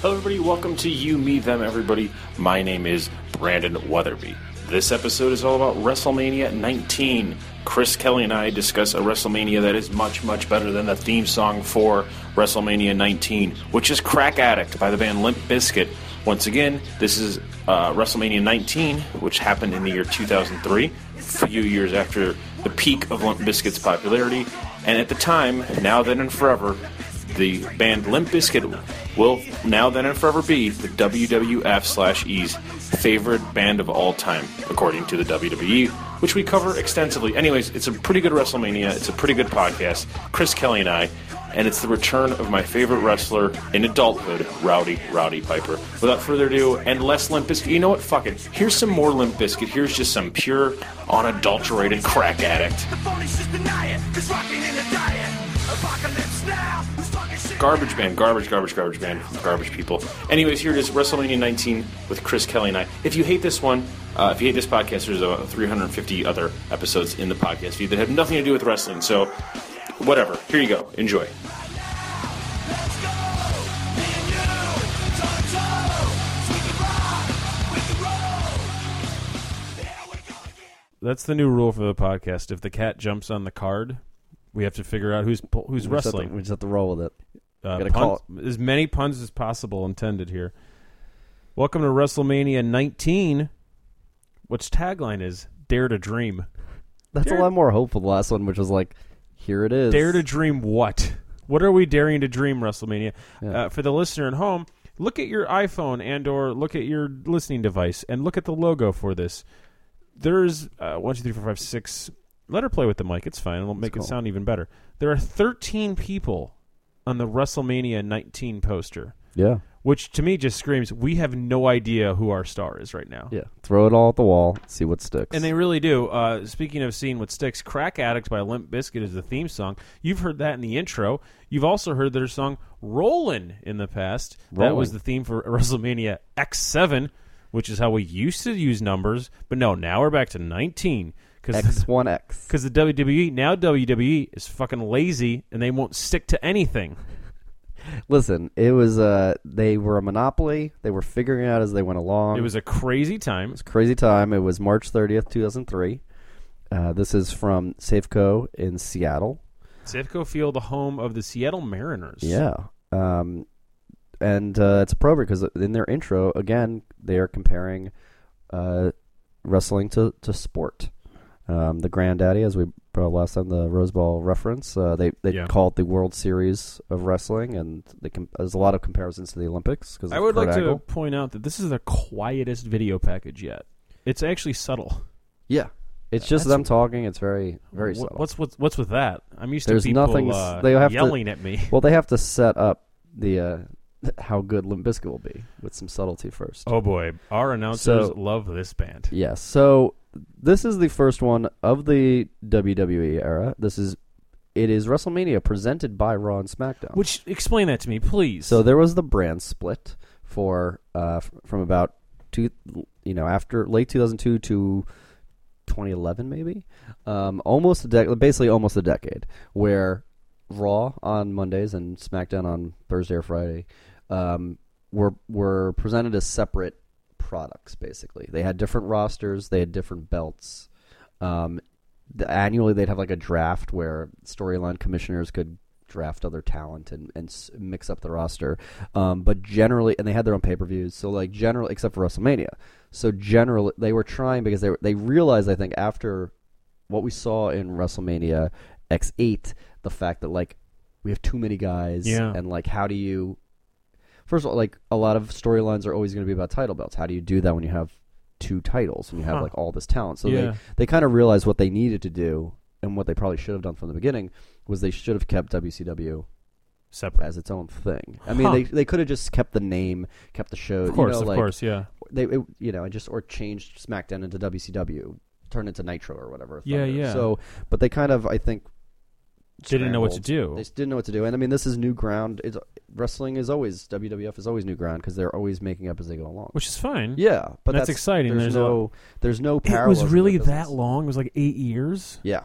Hello, everybody. Welcome to You, Me, Them, Everybody. My name is Brandon Weatherby. This episode is all about WrestleMania 19. Chris Kelly and I discuss a WrestleMania that is much, much better than the theme song for WrestleMania 19, which is Crack Addict by the band Limp Bizkit. Once again, this is uh, WrestleMania 19, which happened in the year 2003, a few years after the peak of Limp Bizkit's popularity. And at the time, now then and forever, the band Limp Bizkit will now then and forever be the WWF slash E's favorite band of all time, according to the WWE, which we cover extensively. Anyways, it's a pretty good WrestleMania. It's a pretty good podcast. Chris Kelly and I, and it's the return of my favorite wrestler in adulthood, Rowdy Rowdy Piper. Without further ado, and less Limp Bizkit. You know what? Fuck it. Here's some more Limp Bizkit. Here's just some pure, unadulterated crack addict. The phonies just deny it. Just rocking in a diet. Apocalypse now. Who's talking shit? Garbage band, garbage, garbage, garbage band, garbage people. Anyways, here it is, WrestleMania 19 with Chris Kelly and I. If you hate this one, uh, if you hate this podcast, there's about 350 other episodes in the podcast feed that have nothing to do with wrestling. So, whatever. Here you go. Enjoy. Let's go. Me and you. Toe to toe. Sweep the rock with the roll. There we go again. That's the new rule for the podcast. If the cat jumps on the card, we have to figure out who's pu- who's We just have to- wrestling. we just have to roll with it. Uh, gotta puns- call as many puns as possible intended here. Welcome to WrestleMania 19, which tagline is "Dare to Dream." That's Dare- a lot more hopeful. The last one, which was like, here it is. Dare to dream what? What are we daring to dream, WrestleMania? Yeah. Uh, for the listener at home, look at your iPhone and/or look at your listening device and look at the logo for this. There's uh, one, two, three, four, five, six. Let her play with the mic. It's fine. It'll make cool. it sound even better. There are 13 people on the WrestleMania 19 poster, yeah, which to me just screams, "We have no idea who our star is right now." yeah. Throw it all at the wall. See what sticks. And they really do. Uh, speaking of seeing what sticks, "Crack Addicts" by Limp Bizkit is the theme song. You've heard that in the intro. You've also heard their song "Rollin'" in the past. That Rollin'. was the theme for WrestleMania X7, which is how we used to use numbers. But no, now we're back to 19 because X one X. the WWE now WWE is fucking lazy and they won't stick to anything. Listen, it was uh they were a monopoly. They were figuring it out as they went along. It was a crazy time. crazy time. It was March thirtieth, two thousand three. Uh, this is from Safeco in Seattle. Safeco Field, the home of the Seattle Mariners. Yeah. Um, and uh, it's appropriate because in their intro, again, they are comparing uh, wrestling to, to sport. Um, the granddaddy, as we brought up last time, the Rose Bowl reference, uh, they they Yeah. call it the World Series of wrestling, and they com- there's a lot of comparisons to the Olympics. Because I would like to point out that this is the quietest video package yet. It's actually subtle. Yeah, it's just them talking. It's very very Wh- subtle. What's what's what's with that? I'm used There's to people nothing s- uh, they have to- yelling at me. Well, they have to set up the uh, how good Limp Bizkit will be with some subtlety first. Oh boy, our announcers So- love this band. Yes. So this is the first one of the WWE era. This is it is WrestleMania presented by Raw and SmackDown. Which explain that to me, please. so there was the brand split for uh, f- from about two you know after late 2002 to 2011 maybe um, almost a dec basically almost a decade where Raw on Mondays and SmackDown on Thursday or Friday um, were were presented as separate products. Basically, they had different rosters, they had different belts. Um, the, annually, they'd have like a draft where storyline commissioners could draft other talent and, and s- mix up the roster. Um, but generally, and they had their own pay per views. So like general, except for WrestleMania. So generally, they were trying because they were, they realized I think after what we saw in WrestleMania X8, the fact that like we have too many guys, Yeah. and like how do you? First of all, like a lot of storylines are always going to be about title belts. How do you do that when you have two titles and you have Huh. like all this talent? So Yeah. they they kind of realized what they needed to do and what they probably should have done from the beginning was they should have kept WCW Separate. as its own thing. I mean, Huh. they they could have just kept the name, kept the show, of course, you know, of like, course, yeah, they it, you know, and just or changed SmackDown into WCW, turned into Nitro or whatever. Yeah, Thunder. yeah. So, but they kind of I think Didn't know what to scrambled. do. They just didn't know what to do, and I mean, this is new ground. It's, wrestling is always WWF is always new ground because they're always making up as they go along. which is fine. yeah, but That's exciting. There's, There's a- no, there's no. it parallels was in their really business. that long. It was like eight years. Yeah,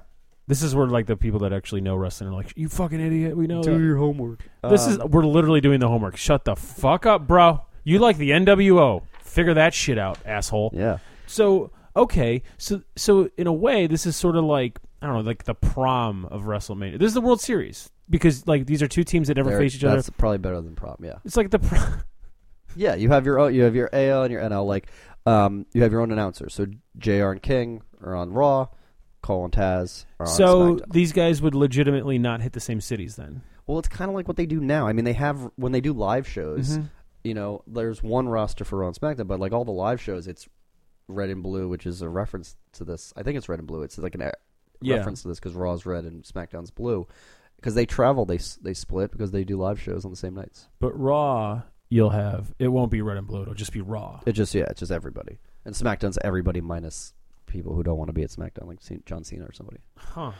This is where like the people that actually know wrestling are like, "You fucking idiot! We know." Do that." your homework. uh, Um, This is we're literally doing the homework. Shut the fuck up, bro. You like the NWO? Figure that shit out, asshole. yeah. So okay, so so in a way, this is sort of like I don't know, like the prom of WrestleMania. This is the World Series because like these are two teams that never There- face each other. That's probably better than prom. Yeah. It's like the prom. Yeah, you have your own, you have your AL and your NL. Like, um, you have your own announcers. So Jr. and King are on Raw. Cole and Taz are on so SmackDown. these guys would legitimately not hit the same cities then. Well, it's kind of like what they do now. I mean, they have when they do live shows. Mm-hmm. You know, there's one roster for Raw and SmackDown, but like all the live shows, it's red and blue, which is a reference to this. I think it's red and blue. It's like an a- Yeah. reference to this because Raw's red and SmackDown's blue. Because they travel, they s- they split because they do live shows on the same nights. But Raw, you'll have it won't be red and blue. It'll just be Raw. It just yeah, it's just everybody. And SmackDown's everybody minus people who don't want to be at SmackDown, like C- John Cena or somebody. Huh.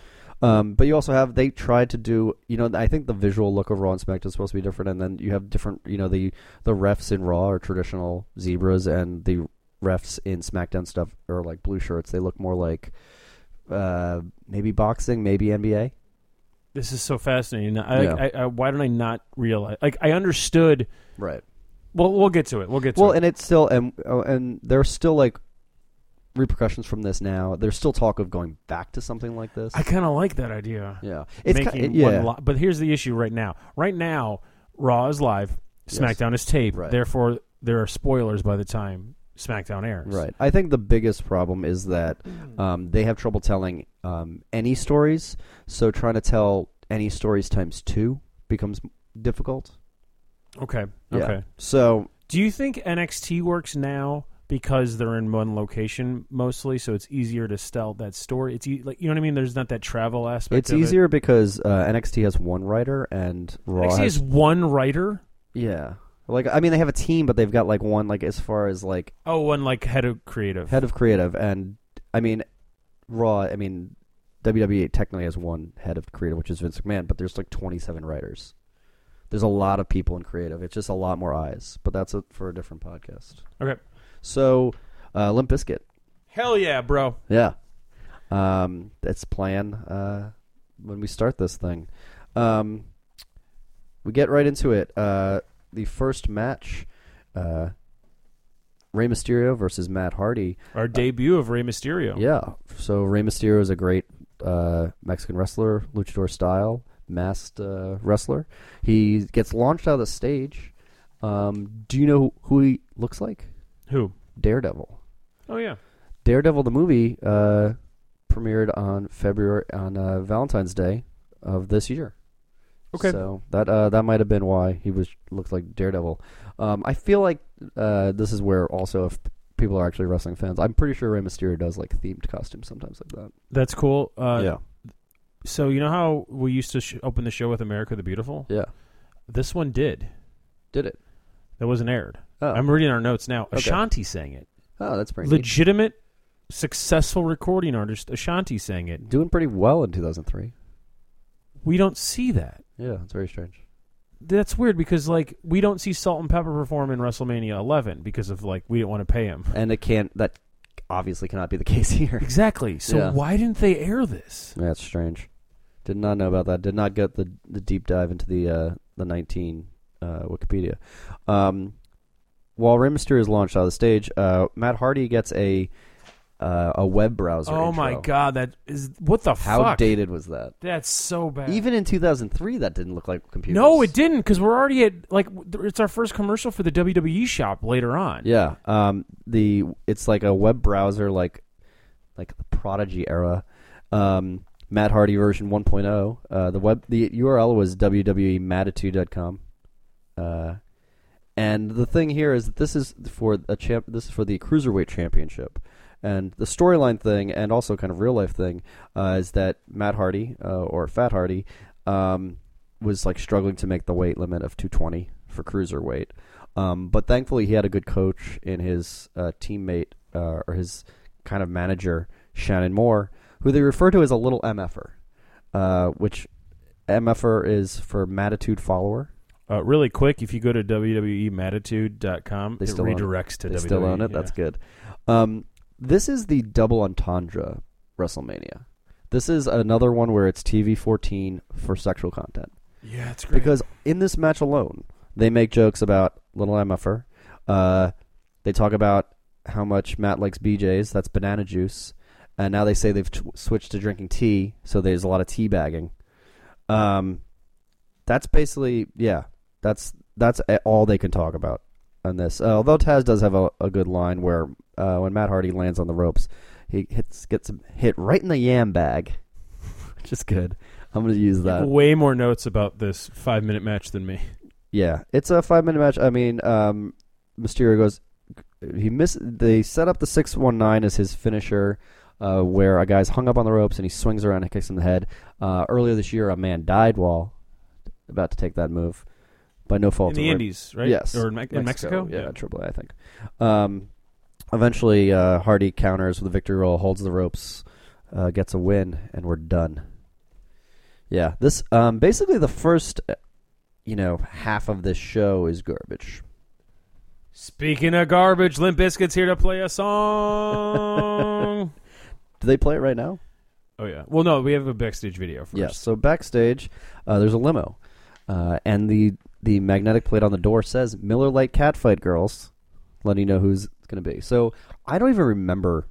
Um, but you also have they tried to do you know I think the visual look of Raw and SmackDown is supposed to be different, and then you have different you know the the refs in Raw are traditional zebras, and the refs in SmackDown stuff are like blue shirts. They look more like uh, maybe boxing, maybe NBA. This is so fascinating. I, Yeah. I, I, why did I not realize? Like I understood. Right. Well, we'll get to it. We'll get to Well, it. and it's still and oh, and there's still like repercussions from this now. There's still talk of going back to something like this. I kind of like that idea. yeah, it's ki- making yeah. one li- But here's the issue right now. Right now, Raw is live. Yes. SmackDown is taped. Right. Therefore, there are spoilers by the time SmackDown airs. Right. I think the biggest problem is that um, they have trouble telling um, any stories. So trying to tell any stories times two becomes difficult. Okay. Yeah. Okay. So Do you think NXT works now because they're in one location mostly, so it's easier to tell that story? It's e- like you know what I mean. There's not that travel aspect. it's of it. easier because uh, NXT has one writer and Raw NXT has is one writer. yeah. Like I mean, they have a team, but they've got like one like as far as like Oh, and like head of creative. head of creative and I mean Raw. I mean WWE technically has one head of creative, which is Vince McMahon, but there's like 27 writers. There's a lot of people in creative. It's just a lot more eyes, but that's a, for a different podcast. okay. So, uh, Limp Bizkit. Hell yeah, bro. Yeah. Um, that's plan uh, when we start this thing. Um, we get right into it. Uh, the first match uh, Rey Mysterio versus Matt Hardy. Our debut of Rey Mysterio. Uh, Yeah. So, Rey Mysterio is a great uh, Mexican wrestler, luchador style, masked uh, wrestler. He gets launched out of the stage. Um, do you know who he looks like? Who? Daredevil. Oh yeah. Daredevil the movie uh, premiered on February on uh, Valentine's Day of this year. Okay. So that uh, that might have been why he was looked like Daredevil. Um, I feel like uh, this is where also if people are actually wrestling fans, I'm pretty sure Rey Mysterio does like themed costumes sometimes like that. That's cool. Uh, yeah, So you know how we used to sh- open the show with America the Beautiful? yeah, This one did. did it? That wasn't aired. Oh, I'm reading our notes now. Okay. Ashanti sang it. oh that's pretty neat. Legitimate, successful recording artist Ashanti sang it. doing pretty well in 2003. We don't see that. Yeah, it's very strange. That's weird because like we don't see Salt and Pepper perform in WrestleMania 11 because of like we didn't want to pay him. And it can't. That obviously cannot be the case here. Exactly. So Yeah. why didn't they air this? That's strange. Did not know about that. Did not get the, the deep dive into the uh, the nineteen uh, Wikipedia. Um, while Rey Mysterio is launched out of the stage, uh, Matt Hardy gets a uh, a web browser. Oh my intro. god, that is what the How fuck? dated was that? That's so bad. Even in two thousand three, that didn't look like computers. no, it didn't because we're already at like th- it's our first commercial for the WWE shop later on. Yeah, um, the it's like a web browser, like like the Prodigy era, um, Matt Hardy version 1.0. Uh, the web the URL was E www.matitude.com. Uh, and the thing here is that this is for a champ. This is for the cruiserweight championship, and the storyline thing, and also kind of real life thing, uh, is that Matt Hardy uh, or Fat Hardy um, was like struggling to make the weight limit of 220 for cruiserweight. Um, but thankfully, he had a good coach in his uh, teammate uh, or his kind of manager, Shannon Moore, who they refer to as a little mf'er, uh, which mf'er is for Matitude Follower. Uh, really quick, if you go to E WWEmatitude.com, They it still own it. redirects to E, they WWE. still own it. yeah. That's good. Um, this is the double entendre WrestleMania. This is another one where it's TV 14 for sexual content. Yeah, it's great. Because in this match alone, they make jokes about Little MFR. Uh, they talk about how much Matt likes BJ's. That's banana juice. And now they say they've t- switched to drinking tea, so there's a lot of tea bagging. Um, that's basically yeah. That's that's a- all they can talk about on this. Uh, although Taz does have a, a good line where uh, when Matt Hardy lands on the ropes, he hits gets hit right in the yam bag, which is good. I'm gonna use that. way more notes about this five minute match than me. Yeah, it's a five minute match. I mean, um, Mysterio goes. He miss. They set up the six one nine as his finisher, uh, where a guy's hung up on the ropes and he swings around and kicks him in the head. Uh, earlier this year, a man died while about to take that move by no fault In of the Ray- Indies, right? Yes, Or in, Me- in Mexico? Yeah, Triple A, I think. Um, eventually, uh, Hardy counters with a victory roll, holds the ropes, uh, gets a win, and we're done. Yeah, this um, basically the first, uh, you know, half of this show is garbage. Speaking of garbage, Limp Bizkit's here to play a song. Do they play it right now? oh yeah. Well, no, we have a backstage video first. Yes. So backstage, uh, there's a limo, uh, and the the magnetic plate on the door says Miller Lite Catfight Girls, letting you know who's going to be. So I don't even remember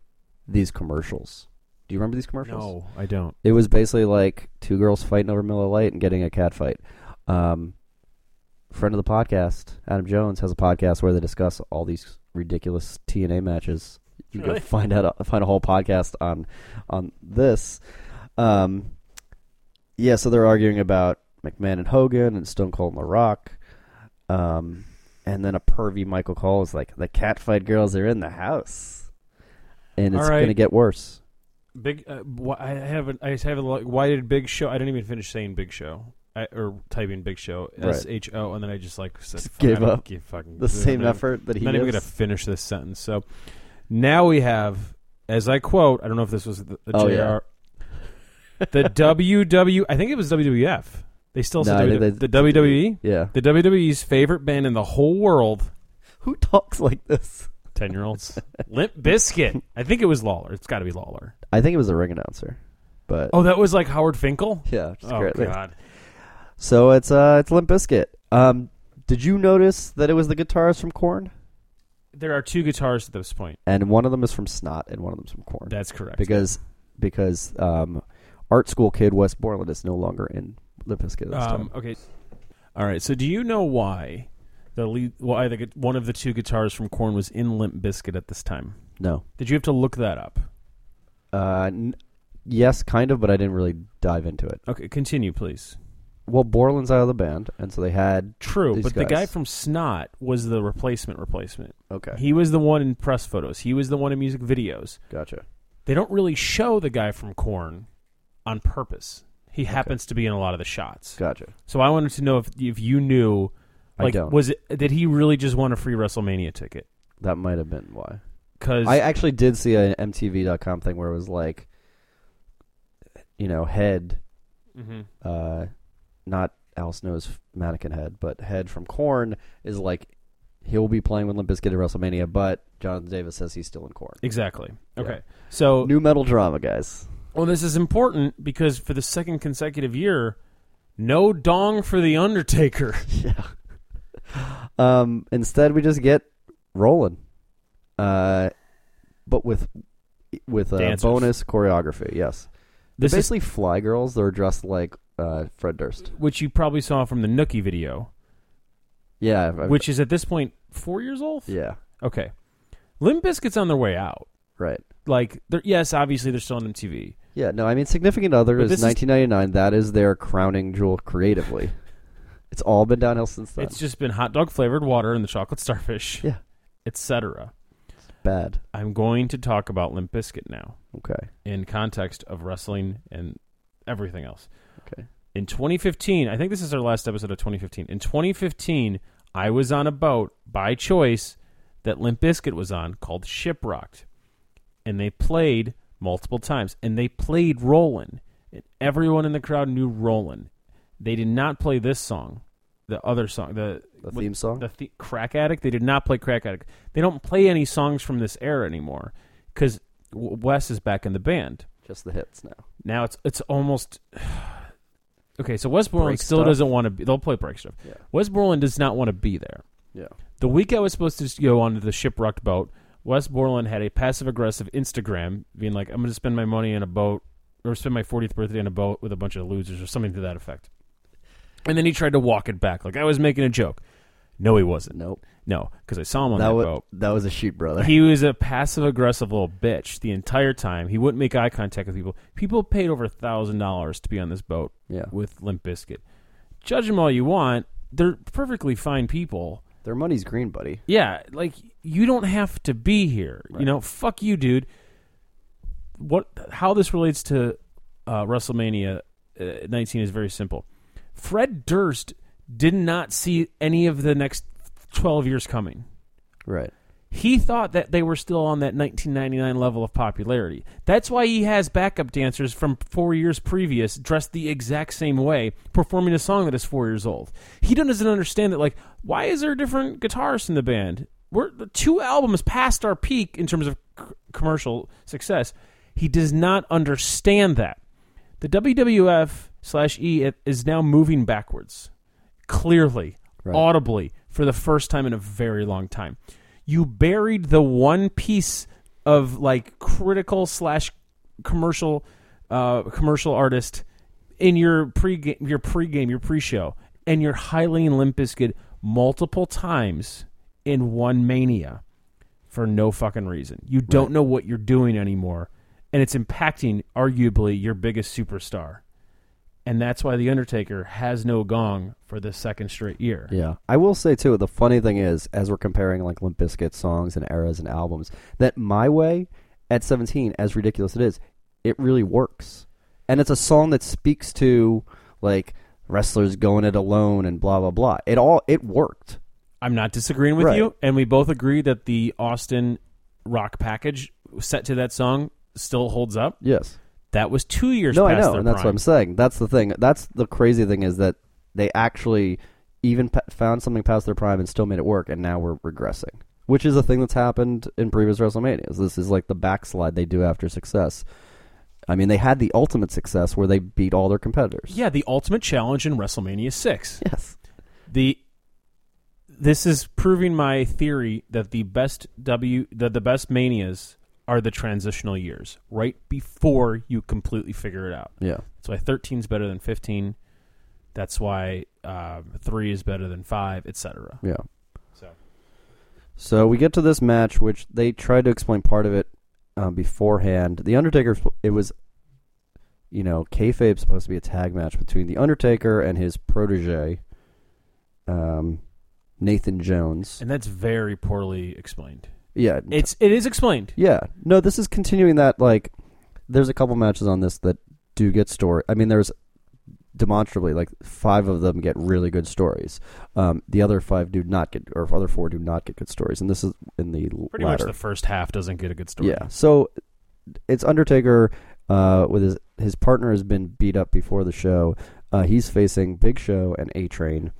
these commercials. Do you remember these commercials? No, I don't. It was basically like two girls fighting over Miller Lite and getting a cat fight. Um, friend of the podcast, Adam Jones, has a podcast where they discuss all these ridiculous TNA matches. You can Really? go find out uh, find a whole podcast on on this. Um, yeah, so they're arguing about McMahon and Hogan and Stone Cold and The Rock. Um, and then a pervy Michael Cole is like, "The cat fight girls are in the house," and All it's right. going to get worse. Big. Uh, wh- I haven't. I have a. lot- Why did Big Show? I didn't even finish saying Big Show. I, or typing Big Show Right. S H O, and then I just like said, Just "Fuck, I gave don't up give fucking The same effort. effort that he I'm not even gives. going to finish this sentence. So now we have, as I quote, I don't know if this was the, the Oh, JR, the WW. I think it was WWF. They still No, I said think WW, they- E. E. the WWE, Yeah. the WWE's favorite band in the whole world. Who talks like this? Ten year olds, Limp Biscuit. I think it was Lawler. It's got to be Lawler. I think it was the ring announcer, but Oh, that was like Howard Finkel. yeah, just Oh correctly. God! So it's uh, it's Limp Bizkit. Um, did you notice that it was the guitarist from Corn, There are two guitars at this point. and one of them is from Snot, and one of them's from Corn, That's correct. because because um, art school kid West Borland is no longer in Limp Bizkit. This Um, time. okay. All right. So, do you know why the lead, why the gu- one of the two guitars from Korn was in Limp Bizkit at this time? No. Did you have to look that up? Uh, n- yes, kind of, but I didn't really dive into it. Okay, continue, please. Well, Borland's out of the band, and so they had True, These but the guy guys. from Snot was the replacement. Replacement. okay, He was the one in press photos. He was the one in music videos. gotcha. They don't really show the guy from Korn on purpose. He happens to be in a lot of the shots. Gotcha. So I wanted to know if if you knew, I like, don't. was it did he really just want a free WrestleMania ticket? That might have been why. Because I actually did see an MTV.com thing where it was like, you know, head, Mm-hmm. uh, not Al Snow's mannequin head, but head from Corn is like he'll be playing with Limp Bizkit at WrestleMania, but Jonathan Davis says he's still in Corn. Exactly. Yeah. Okay. So, New metal drama, guys. well, this is important because for the second consecutive year, no dong for the Undertaker. yeah. Um, instead, we just get rolling, uh, but with with a Dancers. bonus choreography. Yes, This is basically fly girls. They're dressed like uh, Fred Durst. which you probably saw from the Nookie video, Yeah, I've- I've- which is at this point four years old. Yeah, Okay. Limp Bizkit's on their way out. right. Like, they're, yes, obviously they're still on MTV. Yeah, no, I mean, Significant Other But is this is- 1999. That is their crowning jewel creatively. it's all been downhill since then. It's just been hot dog flavored water and the chocolate starfish, Yeah. etc. bad. I'm going to talk about Limp Bizkit now. Okay, in context of wrestling and everything else. Okay. In 2015, I think this is our last episode of 2015. In 2015, I was on a boat by choice that Limp Bizkit was on called Shipwrecked. And they played multiple times. And they played Rollin'. And everyone in the crowd knew Rollin'. They did not play this song, the other song, the, the what- theme song. the th- crack addict they did not play crack addict they don't play any songs from this era anymore because wes is back in the band Just the hits now. Now it's it's almost okay. So West Borland Break still stuff. doesn't want to. be They'll play break stuff. Yeah. West Borland does not want to be there. Yeah. The week I was supposed to just go onto the shipwrecked boat, West Borland had a passive aggressive Instagram being like, "I'm going to spend my money on a boat, or spend my 40th birthday on a boat with a bunch of losers, or something to that effect." And then he tried to walk it back, like I was making a joke. No, he wasn't. Nope. No, because I saw him on That that was boat. that was a sheep brother. He was a passive aggressive little bitch the entire time. He wouldn't make eye contact with people. People paid over thousand dollars to be on this boat Yeah. with Limp Biscuit. Judge them all you want; they're perfectly fine people. Their money's green, buddy. Yeah, like you don't have to be here. You know, fuck you, dude. What? How this relates to uh, WrestleMania uh, 19 is very simple. Fred Durst did not see any of the next 12 years coming Right. he thought that they were still on that 1999 level of popularity. That's why he has backup dancers from four years previous dressed the exact same way, performing a song that is four years old. He doesn't understand that, like, why is there a different guitarist in the band? We're two albums past our peak in terms of c- commercial success. He does not understand that. The WWF slash E it- is now moving backwards clearly, Right. audibly, for the first time in a very long time. You buried the one piece of like critical slash commercial uh, commercial artist in your pre your pregame your pre-show, and you're highlighting Limp Bizkit multiple times in one mania for no fucking reason. You don't know what you're doing anymore, and it's impacting arguably your biggest superstar and that's why the Undertaker has no gong for the second straight year. Yeah. I will say too, the funny thing is, as we're comparing like Limp Bizkit songs and eras and albums, that My Way at seventeen, as ridiculous it is, it really works. And it's a song that speaks to like wrestlers going it alone and blah blah blah. It all it worked. I'm not disagreeing with Right. you, and we both agree that the Austin rock package set to that song still holds up. Yes. That was two years. No, I past know, their and that's what prime. I'm saying. That's the thing. That's the crazy thing is that they actually even p- found something past their prime and still made it work, and now we're regressing, which is a thing that's happened in previous WrestleManias. This is like the backslide they do after success. I mean, they had the ultimate success where they beat all their competitors. Yeah, the Ultimate Challenge in WrestleMania six. Yes. The this is proving my theory that the best W that the best manias are the transitional years, right before you completely figure it out. Yeah. That's why 13 is better than 15. That's why um, 3 is better than 5, etc. Yeah. So. So we get to this match, which they tried to explain part of it um, beforehand. The Undertaker, it was, you know, kayfabe supposed to be a tag match between the Undertaker and his protege, um, Nathan Jones. And that's very poorly explained. Yeah, It's it is explained. yeah. No, this is continuing that. Like, there's a couple matches on this that do get story. I mean, there's demonstrably like five of them get really good stories. Um, the other five do not get, or other four do not get good stories. And this is in the Pretty latter. much the first half doesn't get a good story. Yeah. So it's Undertaker uh, with his his partner has been beat up before the show. Uh, he's facing Big Show and A Train.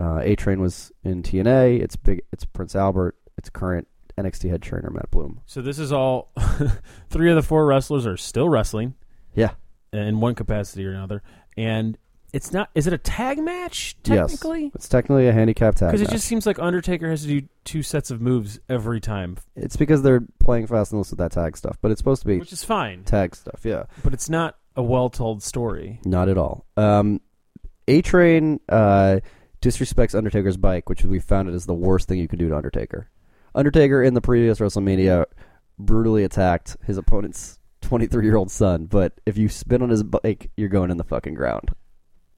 Uh, a Train was in TNA. It's big. It's Prince Albert. It's current NXT head trainer Matt Bloom. So this is all three of the four wrestlers are still wrestling Yeah. in one capacity or another. And it's not is it a tag match technically? Yes. It's technically a handicap tag. Because it match. just seems like Undertaker has to do two sets of moves every time, it's because they're playing fast and loose with that tag stuff. But it's supposed to be which is fine, tag stuff. Yeah. but it's not a well-told story. Not at all. Um, a Train uh, disrespects Undertaker's bike, which we found it as the worst thing you could do to Undertaker. Undertaker in the previous WrestleMania brutally attacked his opponent's 23 year old son, but if you spin on his bike, you're going in the fucking ground.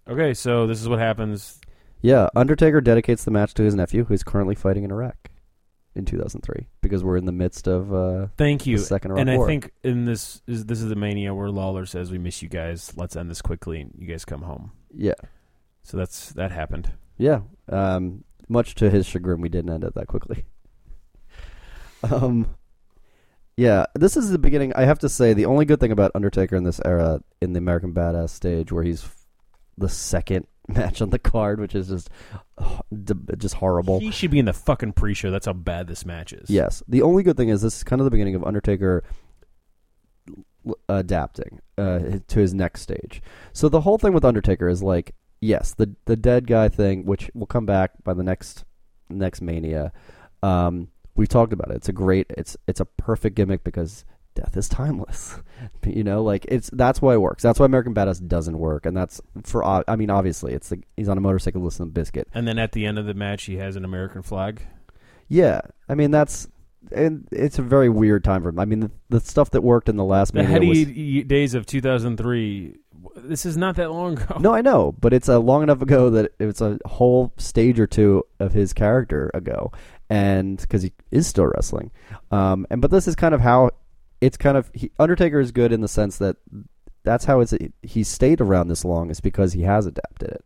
Okay, so this is what happens Yeah, Undertaker dedicates the match to his nephew, who's currently fighting in Iraq in 2003, because we're in the midst of. Uh, Thank you. the second Iraq and I War. think in this is this is the mania where Lawler says, "We miss you guys. Let's end this quickly, and you guys come home." yeah, So that's that happened. Yeah. Um, much to his chagrin, we didn't end it that quickly. Um, yeah, this is the beginning. I have to say, the only good thing about Undertaker in this era, in the American Badass stage, where he's f- the second match on the card, which is just h- d- just horrible. He should be in the fucking pre-show. That's how bad this match is. Yes. The only good thing is this is kind of the beginning of Undertaker l- adapting uh, to his next stage. So the whole thing with Undertaker is like, yes, the the dead guy thing, which will come back by the next next Mania. Um, we've talked about it. It's a great. It's it's a perfect gimmick because death is timeless. you know, like it's that's why it works. That's why American Badass doesn't work, and that's for. ob- I mean, obviously, it's the he's on a motorcycle listening to Biscuit. And then at the end of the match, he has an American flag. Yeah, I mean that's and it's a very weird time for him. I mean, the, the stuff that worked in the last The Mania heady was- y- days of 2003. w- This is not that long ago. No, I know, but it's a long enough ago that it's a whole stage or two of his character ago, and because he is still wrestling, um, and but this is kind of how it's kind of he, Undertaker is good in the sense that that's how it's he stayed around this long is because he has adapted it.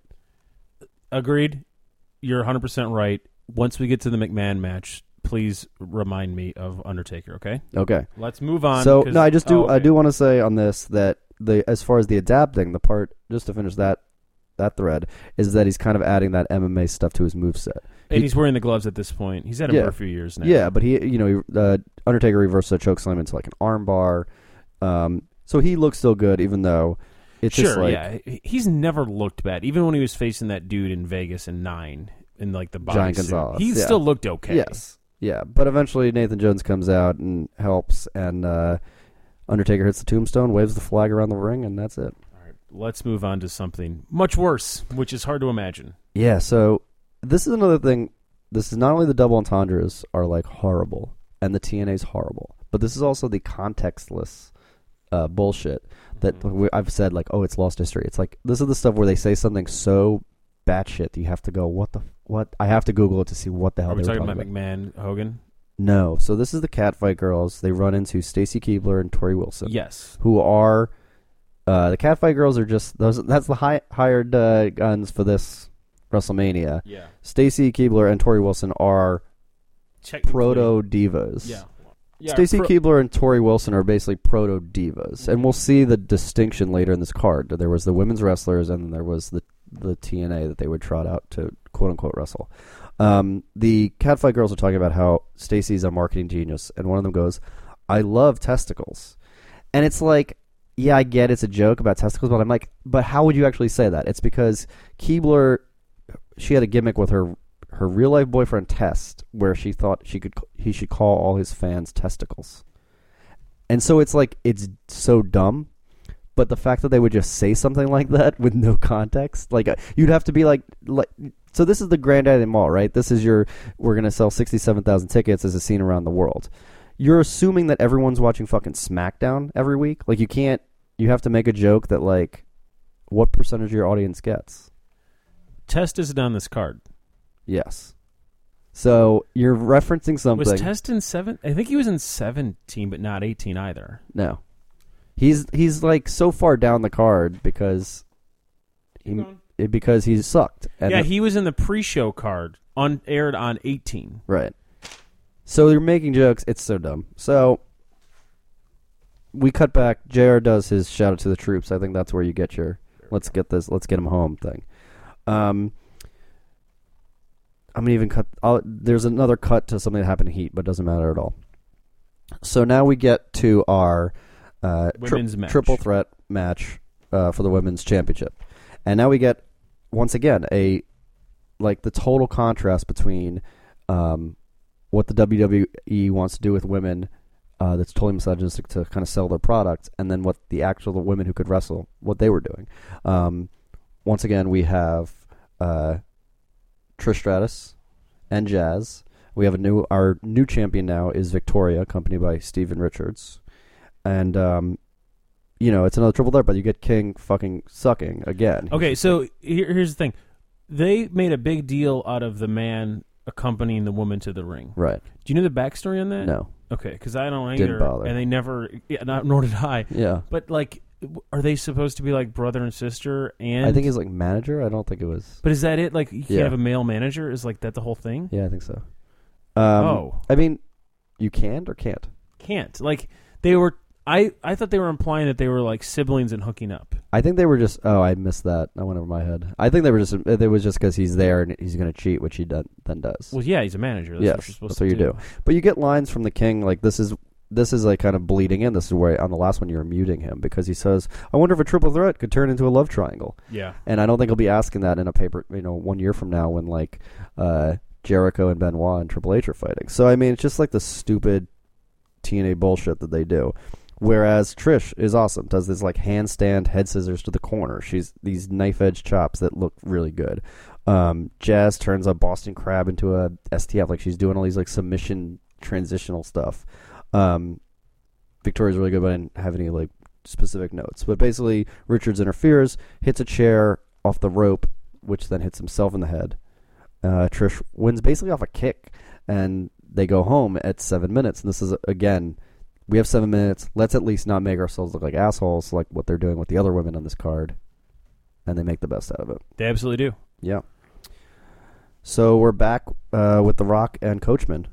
Agreed. You're 100% right. Once we get to the McMahon match, please remind me of Undertaker, okay? Okay, Let's move on. so 'cause- no, I just do oh, okay. I do want to say on this that the as far as the adapting the part just to finish that that thread is that he's kind of adding that MMA stuff to his moveset. And he's wearing the gloves at this point. He's had him Yeah. for a few years now. Yeah, but he, you know, he, uh, Undertaker reversed a chokeslam into like an armbar. Um, so he looks still good, even though it's sure, just like yeah. He- He's never looked bad, even when he was facing that dude in Vegas in nine in like the body Giant suit. Gonzalez, He yeah. still looked okay. yes, yeah. But eventually Nathan Jones comes out and helps, and uh, Undertaker hits the tombstone, waves the flag around the ring, and that's it. All right, let's move on to something much worse, which is hard to imagine. Yeah. So this is another thing. This is not only the double entendres are like horrible, and the TNA's horrible, but this is also the contextless uh, bullshit that Mm-hmm. we, I've said like, oh, it's lost history. It's like this is the stuff where they say something so batshit that you have to go, what the f- what? I have to Google it to see what the hell Are we Oh, they were talking talking about McMahon Hogan? No. So this is the Catfight Girls. They run into Stacy Keebler and Tori Wilson Yes. who are uh, the Catfight Girls are just those. That's the high, hired uh, guns for this WrestleMania. Yeah. Stacy Keebler and Tori Wilson are Technically- proto divas. Yeah. yeah Stacy pro- Keebler and Tori Wilson are basically proto divas, and we'll see the distinction later in this card. There was the women's wrestlers, and then there was the the TNA that they would trot out to quote unquote wrestle. Um, the Catfight Girls are talking about how Stacy's a marketing genius, and one of them goes, "I love testicles," and it's like. Yeah, I get it's a joke about testicles, but I'm like, but how would you actually say that? It's because Keebler, she had a gimmick with her her real life boyfriend Test, where she thought she could he should call all his fans testicles, and so it's like it's so dumb. But the fact that they would just say something like that with no context, like uh, you'd have to be like, like, so this is the Granddaddy Mall, right? This is your we're gonna sell sixty seven thousand tickets as a scene around the world. You're assuming that everyone's watching fucking SmackDown every week. Like you can't, you have to make a joke that like, what percentage of your audience gets? Test isn't on this card. Yes. So you're referencing something. Was Test in seven? I think he was in seventeen, but not eighteen either. no. He's he's like so far down the card because he it- because he sucked. And yeah, it- he was in the pre-show card, on aired on eighteen. right. So you're making jokes. It's so dumb. So we cut back. Jr. does his shout out to the troops. I think that's where you get your let's get this let's get him home thing. Um, I'm gonna even cut. I'll, there's another cut to something that happened to Heat, but it doesn't matter at all. So now we get to our uh, tri- Women's match. triple threat match uh, for the women's championship, and now we get once again a like the total contrast between um, what the WWE wants to do with women. Uh, that's totally misogynistic to kind of sell their product, and then what the actual women who could wrestle, what they were doing. Um, once again, we have uh, Trish Stratus and Jazz. We have a new our new champion now is Victoria, accompanied by Steven Richards, and um, you know it's another triple threat. But you get King fucking sucking again. Okay, so here, here's the thing: they made a big deal out of the man accompanying the woman to the ring. right? Do you know the backstory on that? No, Okay, because I don't either, Didn't bother. and they never. Yeah, not, nor did I. yeah. But like, w- are they supposed to be like brother and sister? And I think he's like manager. I don't think it was. But is that it? Like, you can't Yeah. have a male manager? Is like that the whole thing? Yeah, I think so. Um, oh, I mean, you can or can't. can't. Like they were. I I thought they were implying that they were like siblings and hooking up. I think they were just. Oh, I missed that. I went over my head. I think they were just. It was just because he's there and he's going to cheat, which he done, then does. Well, yeah, he's a manager. That's yes, what you're supposed that's to what you do. do. But you get lines from the king like, "This is this is like kind of bleeding in. This is where on the last one you're muting him because he says, "I wonder if a triple threat could turn into a love triangle." Yeah. And I don't think he'll be asking that in a paper, you know, one year from now when like uh, Jericho and Benoit and Triple H are fighting. So I mean, it's just like the stupid TNA bullshit that they do. Whereas Trish is awesome, does this like handstand head scissors to the corner. She's these knife edge chops that look really good. Um, Jazz turns a Boston Crab into a STF, like she's doing all these like submission transitional stuff. Um, Victoria's really good, but I didn't have any like specific notes. But basically, Richards interferes, hits a chair off the rope, which then hits himself in the head. Uh, Trish wins basically off a kick, and they go home at seven minutes. And this is again, we have seven minutes. Let's at least not make ourselves look like assholes, like what they're doing with the other women on this card. And they make the best out of it. They absolutely do. Yeah. So we're back uh, with The Rock and Coachman.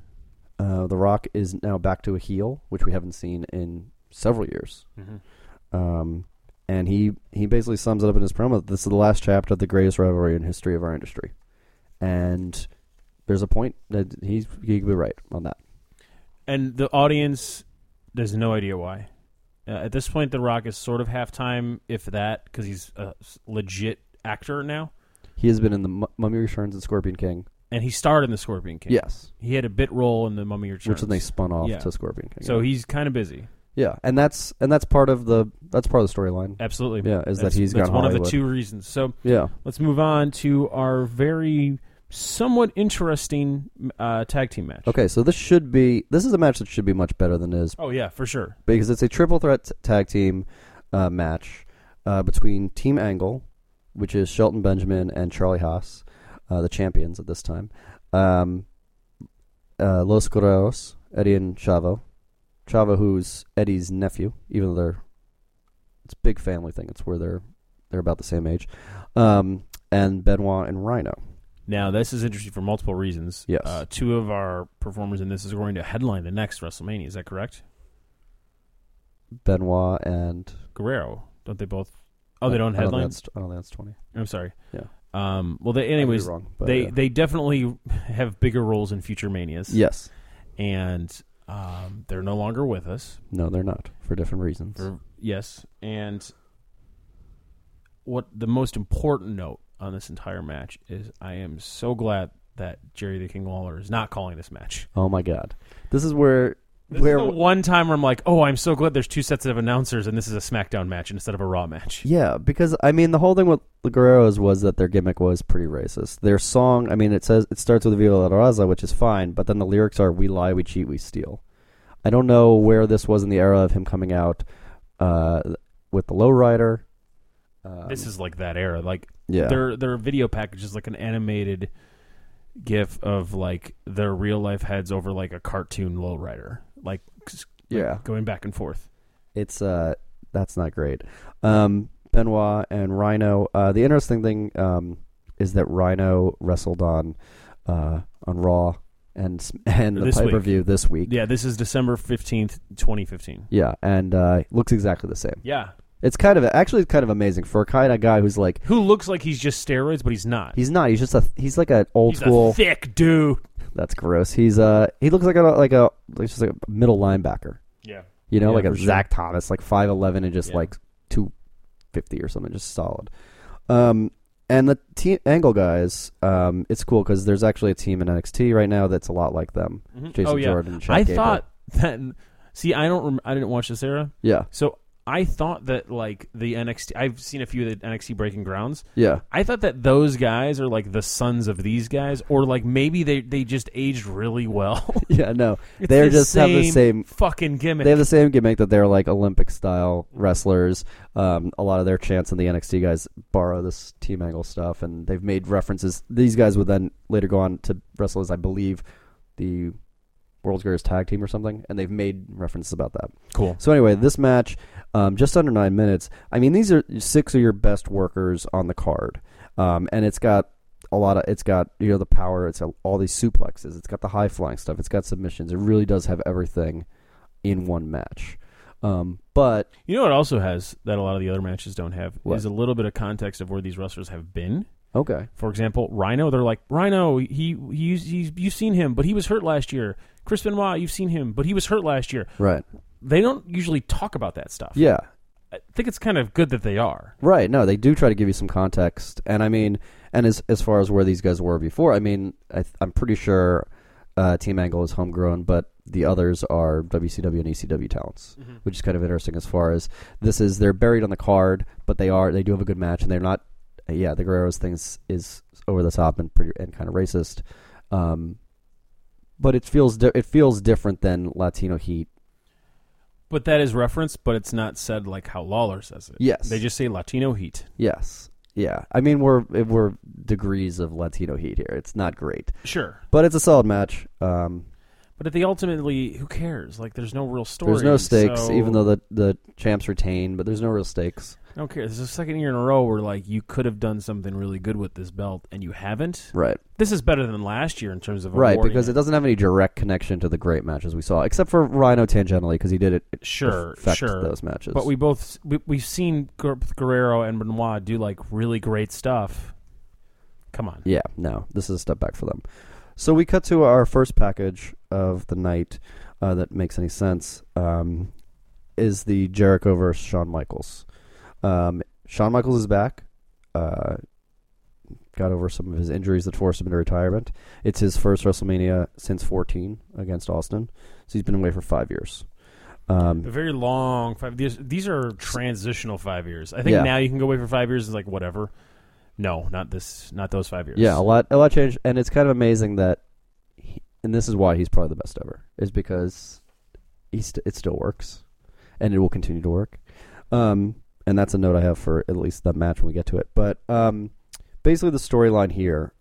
Uh, the Rock is now back to a heel, which we haven't seen in several years. Mm-hmm. Um, and he he basically sums it up in his promo. This is the last chapter of the greatest rivalry in history of our industry, and there's a point that he's he could be right on that. And the audience there's no idea why. Uh, at this point, The Rock is sort of halftime, if that, because he's a s- legit actor now, He has been in the M- Mummy Returns and Scorpion King. and he starred in the Scorpion King. Yes, he had a bit role in the Mummy Returns, which then they spun off Yeah. to Scorpion King. so he's kind of busy. yeah, and that's and that's part of the that's part of the storyline. Absolutely, Yeah, is that That's- he's that's gone one of the Hollywood. two reasons. So Yeah, let's move on to our very somewhat interesting uh, tag team match. okay. So this should be this is a match that should be much better than it is Oh yeah, for sure. because it's a triple threat t- tag team uh, match uh, between Team Angle, which is Shelton Benjamin and Charlie Haas, uh, the champions at this time, um, uh, Los Correos, Eddie and Chavo, Chavo who's Eddie's nephew, even though they're it's a big family thing. It's where they're they're about the same age, um, and Benoit and Rhino. Now this is interesting for multiple reasons. Yes. uh, two of our performers in this is going to headline the next WrestleMania. Is that correct? Benoit and Guerrero, don't they both? Oh, they don't I think headline. that's- I don't think that's twenty. I'm sorry. Yeah. Um. Well, they I could be anyways. wrong, but, they uh, they definitely have bigger roles in future manias. yes, And um, they're no longer with us. no, they're not for different reasons. Or- yes. And what the most important note on this entire match is, I am so glad that Jerry the King Lawler is not calling this match. Oh my god. This is where This where is the one time where I'm like, oh, I'm so glad there's two sets of announcers and this is a SmackDown match instead of a Raw match. Yeah, because I mean the whole thing with the Guerreros was that their gimmick was pretty racist. Their song, I mean it says it starts with Viva la Raza, which is fine, but then the lyrics are we lie, we cheat, we steal. I don't know where this was in the era of him coming out uh, with the lowrider. Um, This is like that era. Like yeah. their their video package is like an animated gif of like their real life heads over like a cartoon lowrider, like s- yeah. going back and forth. it's uh that's not great. Um, Benoit and Rhino. Uh, the interesting thing um, is that Rhino wrestled on uh, on Raw and s- and the This week. pay per view this week. Yeah, this is December fifteenth, twenty fifteen. Yeah, and uh, looks exactly the same. Yeah, It's kind of actually it's kind of amazing for a kind of guy who's like who looks like he's just steroids, but he's not. he's not. He's just a he's like an old He's school. a thick dude. that's gross. He's uh he looks like a like a like just like a middle linebacker. Yeah, You know, Yeah, like a for sure. Zach Thomas, like five eleven and just Yeah. like two fifty or something, just solid. Um, and the team angle guys, um, it's cool because there's actually a team in NXT right now that's a lot like them. Jason oh yeah. Jordan, and Chad I Gable. thought that. See, I don't. Rem- I didn't watch this era, yeah, so I thought that like the NXT. I've seen a few of the NXT Breaking Grounds. yeah, I thought that those guys are like the sons of these guys, or like maybe they they just aged really well. yeah. No, It's they the just have the same. fucking gimmick. They have the same gimmick that they're like Olympic style wrestlers. Um, a lot of their chants and the NXT guys borrow this team angle stuff, and they've made references. These guys would then later go on to wrestle as I believe the World's Greatest Tag Team or something, and they've made references about that. cool. So anyway, this match, um, just under nine minutes. I mean, these are six of your best workers on the card, um, and it's got a lot of. It's got you know the power. It's got all these suplexes. It's got the high flying stuff. It's got submissions. It really does have everything in one match. Um, but You know what it also has that a lot of the other matches don't have What? is a little bit of context of where these wrestlers have been. okay, For example, Rhino, they're like Rhino. He he's, he's you've seen him, but he was hurt last year. Chris Benoit, you've seen him, but he was hurt last year. Right. They don't usually talk about that stuff. Yeah. I think it's kind of good that they are. Right. No, they do try to give you some context, and I mean, and as as far as where these guys were before, I mean, I, th- I'm pretty sure uh, Team Angle is homegrown, but the others are WCW and ECW talents, which is kind of interesting as far as this is they're buried on the card, but they are they do have a good match, and they're not. Yeah, the Guerreros things is over the top and pretty and kind of racist, um, but it feels di- it feels different than Latino Heat. But that is referenced, but it's not said like how Lawler says it. Yes. They just say Latino heat. Yes, yeah. I mean, we're we're degrees of Latino Heat here. It's not great, Sure. but it's a solid match. Um, But at the ultimately, who cares? Like, there's no real story. There's no stakes, so even though the the champs retain, but there's no real stakes. I don't care. This is the second year in a row where like you could have done something really good with this belt and you haven't. Right, This is better than last year in terms of right, awarding because it it. doesn't have any direct connection to the great matches we saw, except for Rhino tangentially because he did it. it Sure, affect sure. those matches. But we both we, we've seen Guer- Guerrero and Benoit do like really great stuff. Come on. yeah, no, this is a step back for them. So we cut to our first package of the night uh, that makes any sense. Um, is the Jericho versus Shawn Michaels? Um, Shawn Michaels is back. Uh, got over some of his injuries that forced him into retirement. It's his first WrestleMania since 14 against Austin. So he's been away for five years. A Um, very long five. These these are transitional five years. I think Yeah. now you can go away for five years and like whatever. No, not this. Not those five years. yeah, a lot, a lot changed, and it's kind of amazing that, he, and this is why he's probably the best ever, is because he st- it still works, and it will continue to work. Um, and that's a note I have for at least that match when we get to it. But um, basically, the storyline here,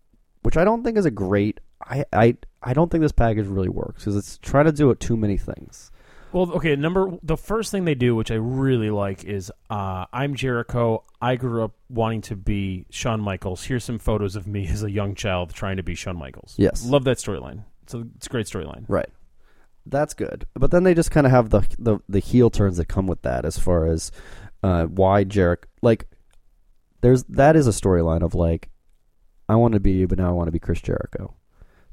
which I don't think is a great, I, I, I don't think this package really works because it's trying to do it too many things. Well, okay. Number the first thing they do, which I really like, is uh, I'm Jericho. I grew up wanting to be Shawn Michaels. Here's some photos of me as a young child trying to be Shawn Michaels. Yes. love that storyline. It's a it's a great storyline. Right. That's good. But then they just kind of have the, the the heel turns that come with that as far as uh, why Jericho like there's that is a storyline of like I want to be you but now I want to be Chris Jericho.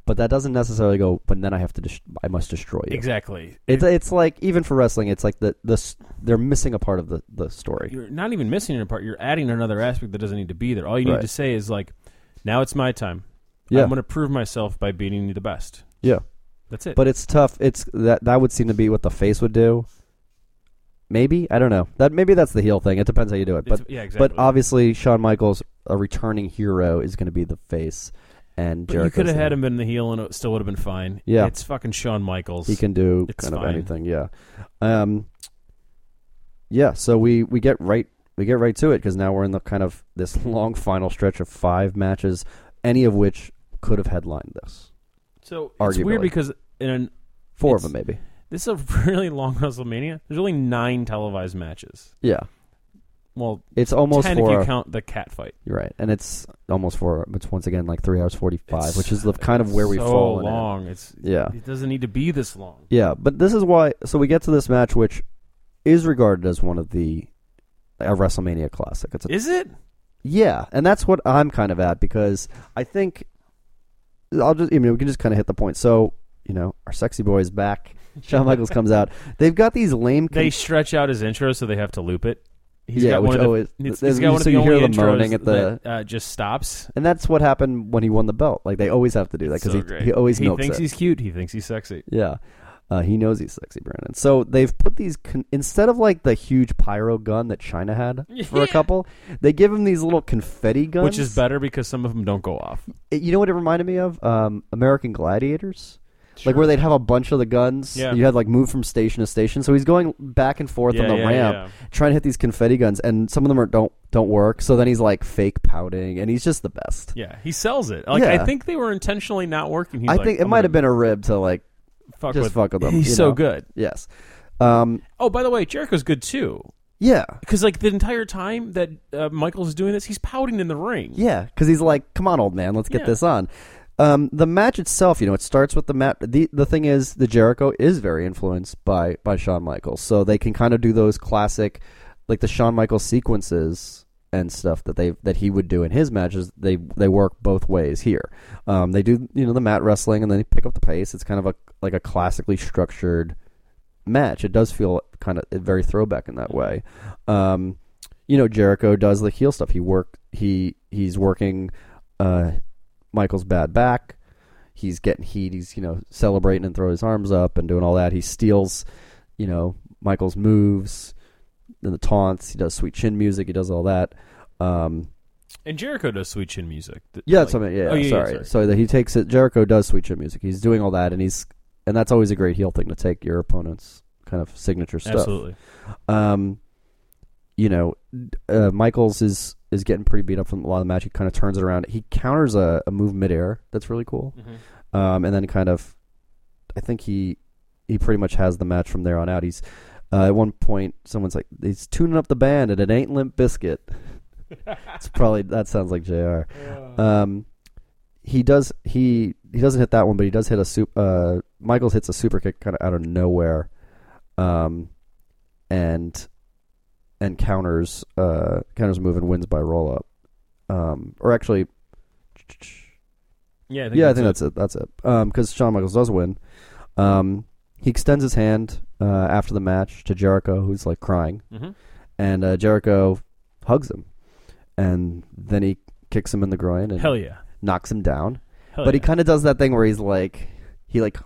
But that doesn't necessarily go but then I have to dis- I must destroy you. Exactly. It's it's like even for wrestling it's like the the s- they're missing a part of the the story. You're not even missing a part. You're adding another aspect that doesn't need to be there. All you need Right. to say is like, now it's my time. Yeah. I'm going to prove myself by beating you the best. Yeah. That's it. But it's tough. It's that that would seem to be what the face would do. Maybe I don't know. That maybe that's the heel thing. It depends how you do it. It's- But yeah, exactly. But obviously, Shawn Michaels, a returning hero, is going to be the face, and But Jericho. you could have had him in the heel and it still would have been fine. Yeah. It's fucking Shawn Michaels. He can do It's kind fine. of anything. Yeah. Um. Yeah. So we we get right we get right to it because now we're in the kind of this long final stretch of five matches, any of which could have headlined this. so it's Arguably. weird because in an, Four It's- of them, maybe. this is a really long WrestleMania. There's only nine televised matches. Yeah. Well, It's almost ten if four. you count the cat fight. You're right, and it's almost four. It's once again like three hours forty five, It's- which is the kind of where we so fall. long. It's Yeah. it doesn't need to be this long. Yeah, but this is why. So we get to this match, which is regarded as one of the a WrestleMania classic. It's a, Is it? yeah, and that's what I'm kind of at because I think I'll just. I mean, we can just kind of hit the point. So you know, our sexy boy is back. Shawn Michaels comes out. They've got these lame. They stretch out his intro so they have to loop it. He's Yeah, got one which of the, always- it's- there's- he's got one so of the you hear only the intros moaning at the- that uh, just stops. and that's what happened when he won the belt. Like they always have to do that because So he, great. he always he milks thinks it. he's cute. He thinks he's sexy. Yeah. Uh, he knows he's sexy, Brandon. So they've put these con- instead of like the huge pyro gun that China had for a couple, they give him these little confetti guns, Which is better because some of them don't go off. It- you know what it reminded me of? Um, American Gladiators, like where they'd have a bunch of the guns. Yeah. You had like move from station to station. So he's going back and forth Yeah, on the yeah, ramp, trying to hit these confetti guns, and some of them are don't don't work. So then he's like fake pouting, and he's just the best. Yeah, he sells it. Like Yeah. I think they were intentionally not working. He's I like, think it "I'm might gonna have been a rib to like fuck just with, fuck with them, you He's so know? good. yes, um, Oh, by the way, Jericho's good too. yeah. Because like the entire time that uh, Michaels is doing this, he's pouting in the ring. Yeah, because he's like, "Come on, old man, let's get Yeah. this on." Um, the match itself, you know, it starts with the mat. The the thing is, the Jericho is very influenced by by Shawn Michaels, so they can kind of do those classic, like the Shawn Michaels sequences and stuff that they that he would do in his matches. They they work both ways here. Um, they do you know the mat wrestling and then they pick up the pace. It's kind of a like a classically structured match. It does feel kind of very throwback in that way. Um, you know, Jericho does the heel stuff. He work he he's working uh, Michael's bad back. He's getting heat. He's you know celebrating and throwing his arms up and doing all that. He steals you know Michael's moves and the taunts. He does sweet chin music. He does all that. Um, And Jericho does sweet chin music. Th- yeah, like- that's what I mean. Yeah, Oh, yeah, yeah, sorry. sorry. So that he takes it. Jericho does sweet chin music. He's doing all that, and he's and that's always a great heel thing to take your opponent's kind of signature stuff. Absolutely. Um, you know, uh, Michaels is is getting pretty beat up from a lot of the match. He kind of turns it around. He counters a, a move midair that's really cool. Mm-hmm. Um, and then kind of, I think he he pretty much has the match from there on out. He's uh, at one point someone's like he's tuning up the band and it ain't Limp Biscuit. it's probably that sounds like Jr. Um, he does he he doesn't hit that one, but he does hit a sup- uh Michaels hits a super kick kind of out of nowhere, um, and and counters uh counters a move and wins by roll up, um, or actually, Yeah, I think yeah, I think that's it. that's it. That's it. Um, because Shawn Michaels does win. Um, he extends his hand uh, after the match to Jericho, who's like crying, Mhm. and uh, Jericho hugs him, and then he kicks him in the groin and Hell yeah. knocks him down. Hell but yeah. he kind of does that thing where he's like, he like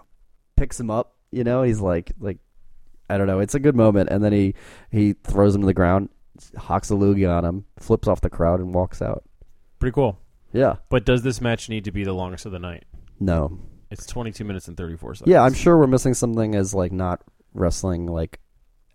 picks him up, you know. He's like, like I don't know. It's a good moment, and then he he throws him to the ground, hocks a loogie on him, flips off the crowd, and walks out. Pretty cool. Yeah, But does this match need to be the longest of the night? no, It's 22 minutes and 34 seconds. yeah. I'm sure we're missing something as like not wrestling like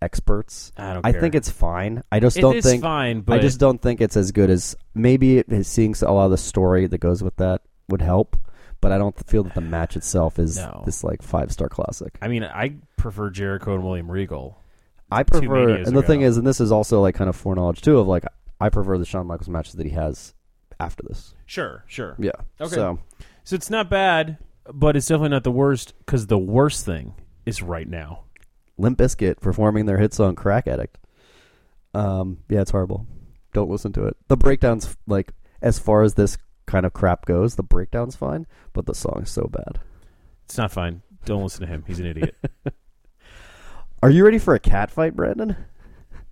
experts. I don't I care. think it's fine. I just It don't is think fine, but I just don't think it's as good as maybe it, seeing a lot of the story that goes with that would help. But I don't feel that the match itself is No. this like five star classic. I mean, I prefer Jericho and William Regal. I two prefer, Manias and the ago. thing is, and this is also like kind of foreknowledge too of like I prefer the Shawn Michaels matches that he has after this. Sure, sure. Yeah. Okay. So So it's not bad, but it's definitely not the worst because the worst thing is right now. Limp Bizkit performing their hit song "Crack Addict." Um. Yeah, it's horrible. Don't listen to it. The breakdown's like as far as this kind of crap goes, the breakdown's fine, but the song's so bad. It's not fine. Don't listen to him. He's an idiot. Are you ready for a cat fight, Brandon?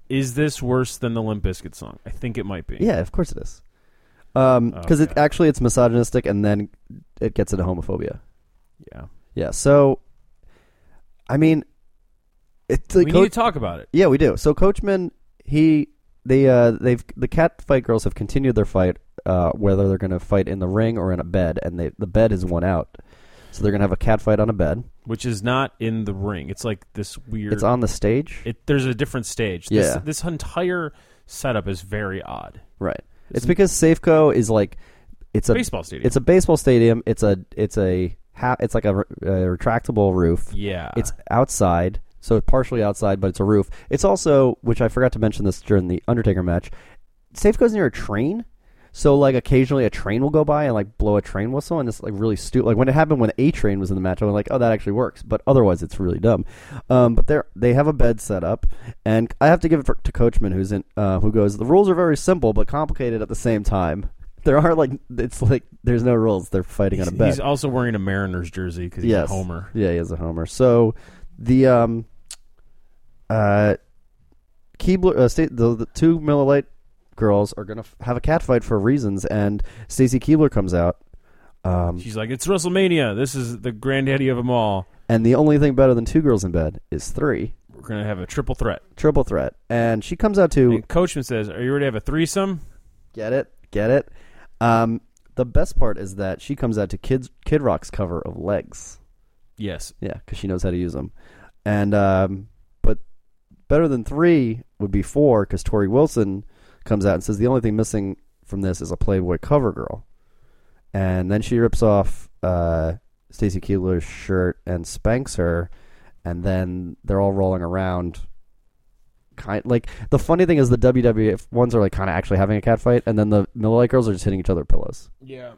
is this worse than the Limp Bizkit song? I think it might be. Yeah, of course it is. Um, Oh, because it God. actually it's misogynistic, and then it gets into homophobia. Yeah. Yeah. So, I mean, it's like we Coach- need to talk about it. yeah, we do. So Coachman, he they uh they've the cat fight girls have continued their fight, uh, whether they're going to fight in the ring or in a bed, and they the bed is one out. So they're going to have a cat fight on a bed. Which is not in the ring. It's like this weird. It's on the stage, it, there's a different stage. This, Yeah. this entire setup is very odd. right? It's because Safeco is like it's a Baseball stadium. it's a baseball stadium. It's a it's a ha- it's like a, re- a retractable roof. yeah. It's outside, so it's partially outside, but it's a roof. It's also, which I forgot to mention this during the Undertaker match, Safeco's near a train. So like occasionally a train will go by and like blow a train whistle and it's like really stupid. Like when it happened when A Train was in the match, I was like, oh, that actually works. But otherwise, it's really dumb. Um, but they are they have a bed set up, and I have to give it for, to Coachman who's in uh, who goes. The rules are very simple but complicated at the same time. There are like it's like there's no rules. They're fighting on a bed. He's also wearing a Mariners jersey because he's Yes. a homer. Yeah, he is a homer. So the um uh Keebler uh, sta the, the two Miller Lite girls are gonna f- have a cat fight for reasons, and Stacy Keebler comes out. Um, She's like, it's WrestleMania. This is the granddaddy of them all. and the only thing better than two girls in bed is three We're gonna have a triple threat. triple threat, and she comes out to And Coachman says, "Are you ready to have a threesome?" get it, get it. Um, the best part is that she comes out to Kids Kid Rock's cover of Legs. Yes. Yeah, because she knows how to use them. And um, but better than three would be four because Tori Wilson comes out and says the only thing missing from this is a Playboy cover girl, and then she rips off uh, Stacy Keebler's shirt and spanks her, and then they're all rolling around. Kind like the funny thing is the E WWF ones are like kind of actually having a cat fight, and then the Miller Lite girls are just hitting each other with pillows. Yeah.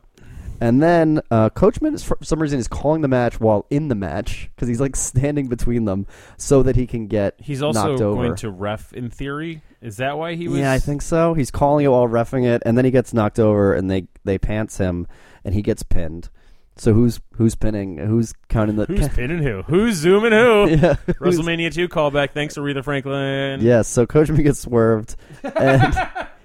And then uh, Coachman, is, for some reason, is calling the match while in the match because he's like standing between them so that he can get He's also knocked over. going to ref in theory. Is that why he was? Yeah, I think so. He's calling it while refing it, and then he gets knocked over, and they they pants him, and he gets pinned. So who's who's pinning? Who's counting the? Who's pinning who? Who's zooming who? yeah, who's- WrestleMania 2 callback. Thanks, Aretha Franklin. Yes, so Coachman gets swerved, and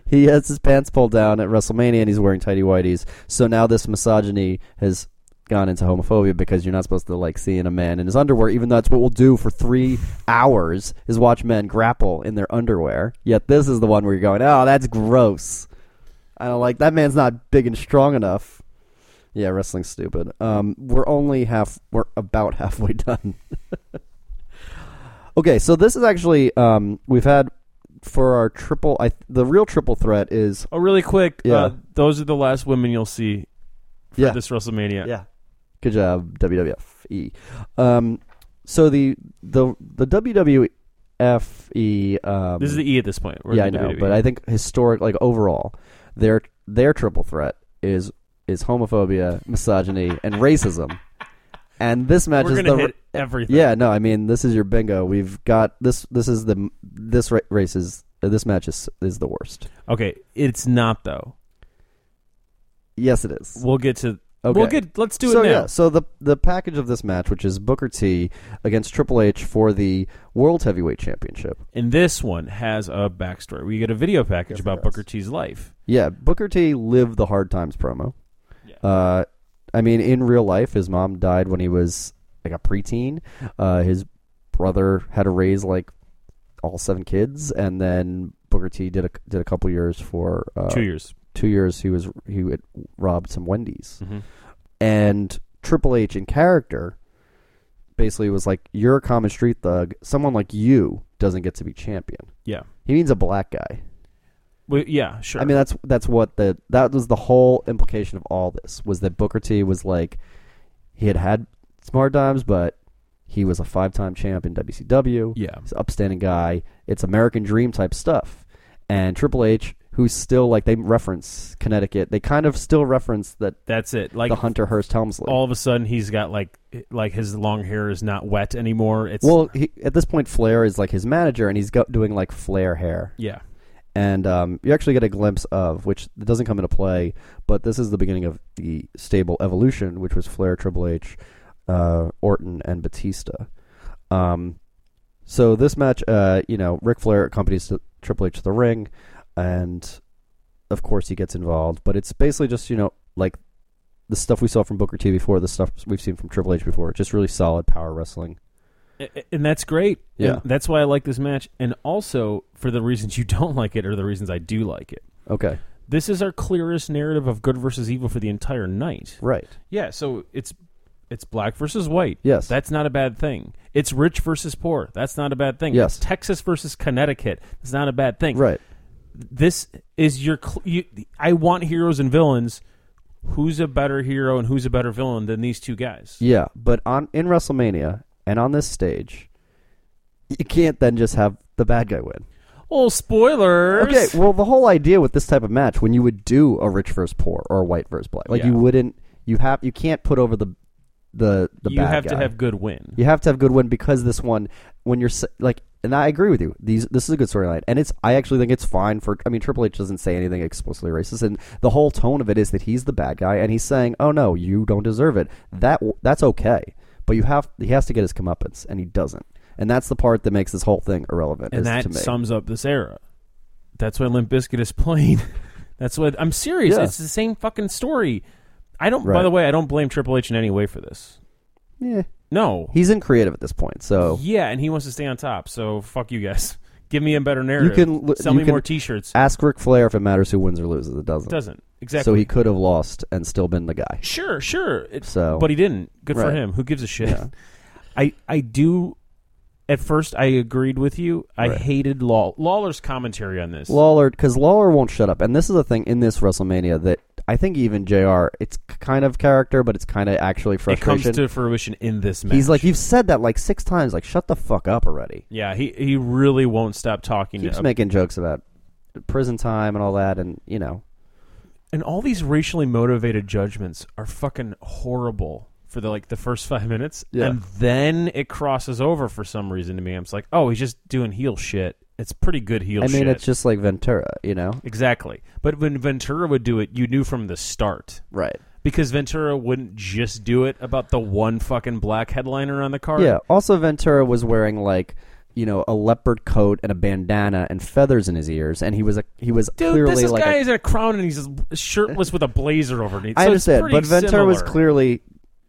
he has his pants pulled down at WrestleMania, and he's wearing tidy whities. So now this misogyny has gone into homophobia because you're not supposed to like seeing a man in his underwear, even though that's what we'll do for three hours is watch men grapple in their underwear. Yet this is the one where you're going, oh, that's gross. I don't like that man's not big and strong enough. Yeah, wrestling's stupid. Um, we're only half. We're about halfway done. Okay, so this is actually um, we've had for our triple. I the real triple threat is Oh, really quick. Yeah. Uh, those are the last women you'll see for Yeah. this WrestleMania. yeah. Good job WWFE. Um, so the the the WWFE. Um, This is the E at this point. We're yeah, I in the know, WWE. but I think historic, like overall, their their triple threat is is homophobia, misogyny, and racism. And this match We're is gonna the hit everything. Yeah, no, I mean this is your bingo. We've got this. This is the this ra- race is this match is is the worst. Okay, it's not though. Yes, it is. We'll get to. Okay. We'll get. Let's do so it now. yeah, so the the package of this match, which is Booker T against Triple H for the World Heavyweight Championship. And this one has a backstory. We get a video package Yes, it about does. Booker T's life. Yeah, Booker T lived the hard times promo. Uh, I mean, in real life, his mom died when he was like a preteen. Uh, his brother had to raise like all seven kids, and then Booker T did a did a couple years for uh, Two years. two years he was he had robbed some Wendy's, and Triple H in character basically was like, "You're a common street thug. Someone like you doesn't get to be champion." Yeah. He means a black guy. Well, yeah. Sure. I mean, that's that's what the that was the whole implication of all this was that Booker T was like, he had had smart times, but he was a five time champ in WCW. Yeah. He's an upstanding guy. It's American Dream type stuff. And Triple H, who's still like they reference Connecticut, they kind of still reference that that's it. Like the Hunter Hearst Helmsley. all of a sudden he's got like like his long hair is not wet anymore. It's well, he, at this point, Flair is like his manager, and he's go- doing like Flair hair. yeah. and um, you actually get a glimpse of which doesn't come into play, but this is the beginning of the stable evolution, which was Flair, Triple H, uh, Orton, and Batista. Um, so this match, uh, you know, Ric Flair accompanies Triple H to the ring, and of course he gets involved, but it's basically just you know like the stuff we saw from Booker T before, the stuff we've seen from Triple H before, just really solid power wrestling. A- a- And that's great. Yeah. And that's why I like this match. And also for the reasons you don't like it or the reasons I do like it. Okay, This is our clearest narrative of good versus evil for the entire night. right? Yeah, so it's it's black versus white. Yes. That's not a bad thing. It's rich versus poor. That's not a bad thing. Yes. It's Texas versus Connecticut. It's not a bad thing. Right. This is your cl- you, I want heroes and villains. Who's a better hero and who's a better villain than these two guys? Yeah, but on in WrestleMania and on this stage, you can't then just have the bad guy win. Oh, spoilers. Okay, well the whole idea with this type of match when you would do a rich versus poor or a white versus black, like Yeah. you wouldn't you have you can't put over the the the you bad have to guy. have good win. you have to have good win because this one when you're s- like and I agree with you. These this is a good storyline and it's I actually think it's fine for I mean Triple H doesn't say anything explicitly racist and the whole tone of it is that he's the bad guy and he's saying, "Oh no, you don't deserve it." That w- that's okay. But you have he has to get his comeuppance and he doesn't. And that's the part that makes this whole thing irrelevant and is to that me. sums up this era. That's why Limp Bizkit is playing. That's what I'm serious. Yeah. It's the same fucking story. I don't. Right. By the way, I don't blame Triple H in any way for this. yeah. No. He's in creative at this point. So yeah, and he wants to stay on top. So fuck you guys. Give me a better narrative. can l- sell you me can- more T-shirts. ask Ric Flair if it matters who wins or loses. It doesn't. It doesn't exactly. So he could have lost and still been the guy. Sure, sure. It- So- but he didn't. Good for Right. him. Who gives a shit? Yeah. I I do. At first, I agreed with you. I Right. hated Law Lawler's commentary on this. Lawler, because Lawler won't shut up, and this is a thing in this WrestleMania that I think even Jr. It's k- kind of character, but it's kind of actually it comes frustration. to fruition in this match. He's like, you've said that like six times. Like, shut the fuck up already. Yeah, he he really won't stop talking. Keeps to, making jokes about prison time and all that, and you know, and all these racially motivated judgments are fucking horrible for the like the first five minutes, Yeah. and then it crosses over for some reason to me. I'm just like, oh, he's just doing heel shit. It's pretty good heel. I mean, shit. it's just like Ventura, you know? exactly. But when Ventura would do it, you knew from the start Right. because Ventura wouldn't just do it about the one fucking black headliner on the card. Yeah. Also, Ventura was wearing like you know a leopard coat and a bandana and feathers in his ears, and he was a he was Dude, clearly this is like. guy a- is in a crown and he's shirtless with a blazer overneath. I So it's understand, pretty but Ventura was similar. clearly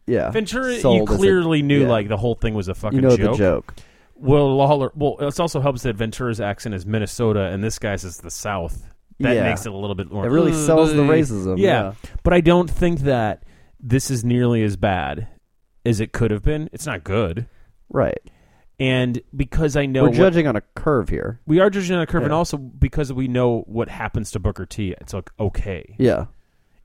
yeah. Ventura, you sold as a- clearly knew yeah. like the whole thing was a fucking you know joke. the joke. Will Lawler. Well, it also helps that Ventura's accent is Minnesota and this guy's is the South. That Yeah. makes it a little bit more. It really sells the racism, yeah. but I don't think that this is nearly as bad as it could have been. It's not good, Right. and because I know We're what- judging on a curve here. we are judging on a curve, and Yeah. also because we know what happens to Booker T, it's like okay. Yeah.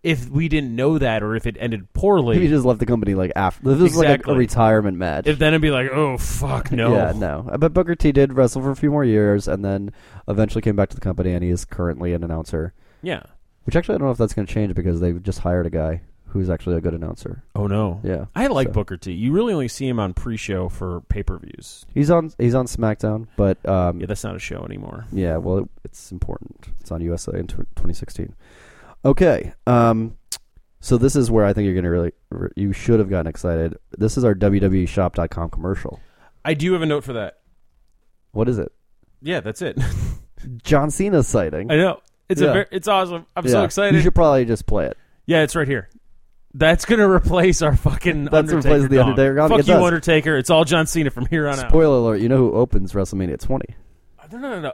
If we didn't know that, or if it ended poorly, He just left the company like after this was like a- a, Exactly. retirement match. if then it'd be like, oh fuck no, Yeah, no. But Booker T did wrestle for a few more years, and then eventually came back to the company, and he is currently an announcer. yeah, Which actually, I don't know if that's going to change because they just hired a guy who's actually a good announcer. oh no, Yeah, I like so. Booker T. You really only see him on pre-show for pay-per-views. He's on he's on SmackDown, but um, Yeah, yeah, that's not a show anymore. well, it, it's important. It's on USA in tw 2016. Okay, um, so this is where I think you're going to really re- you should have gotten excited. This is our E WWEShop.com commercial. I do have a note for that. What is it? Yeah, that's it. John Cena sighting. I know it's Yeah. a ver- it's awesome. I'm Yeah. so You excited. should probably just play it. Yeah, it's right here. That's gonna replace our fucking. That's gonna Undertaker replace the dog. Undertaker dog. Fuck It you, does. Undertaker. It's all John Cena from here on out. Uh, Spoiler alert: You know who opens WrestleMania 20? No, no, no, no.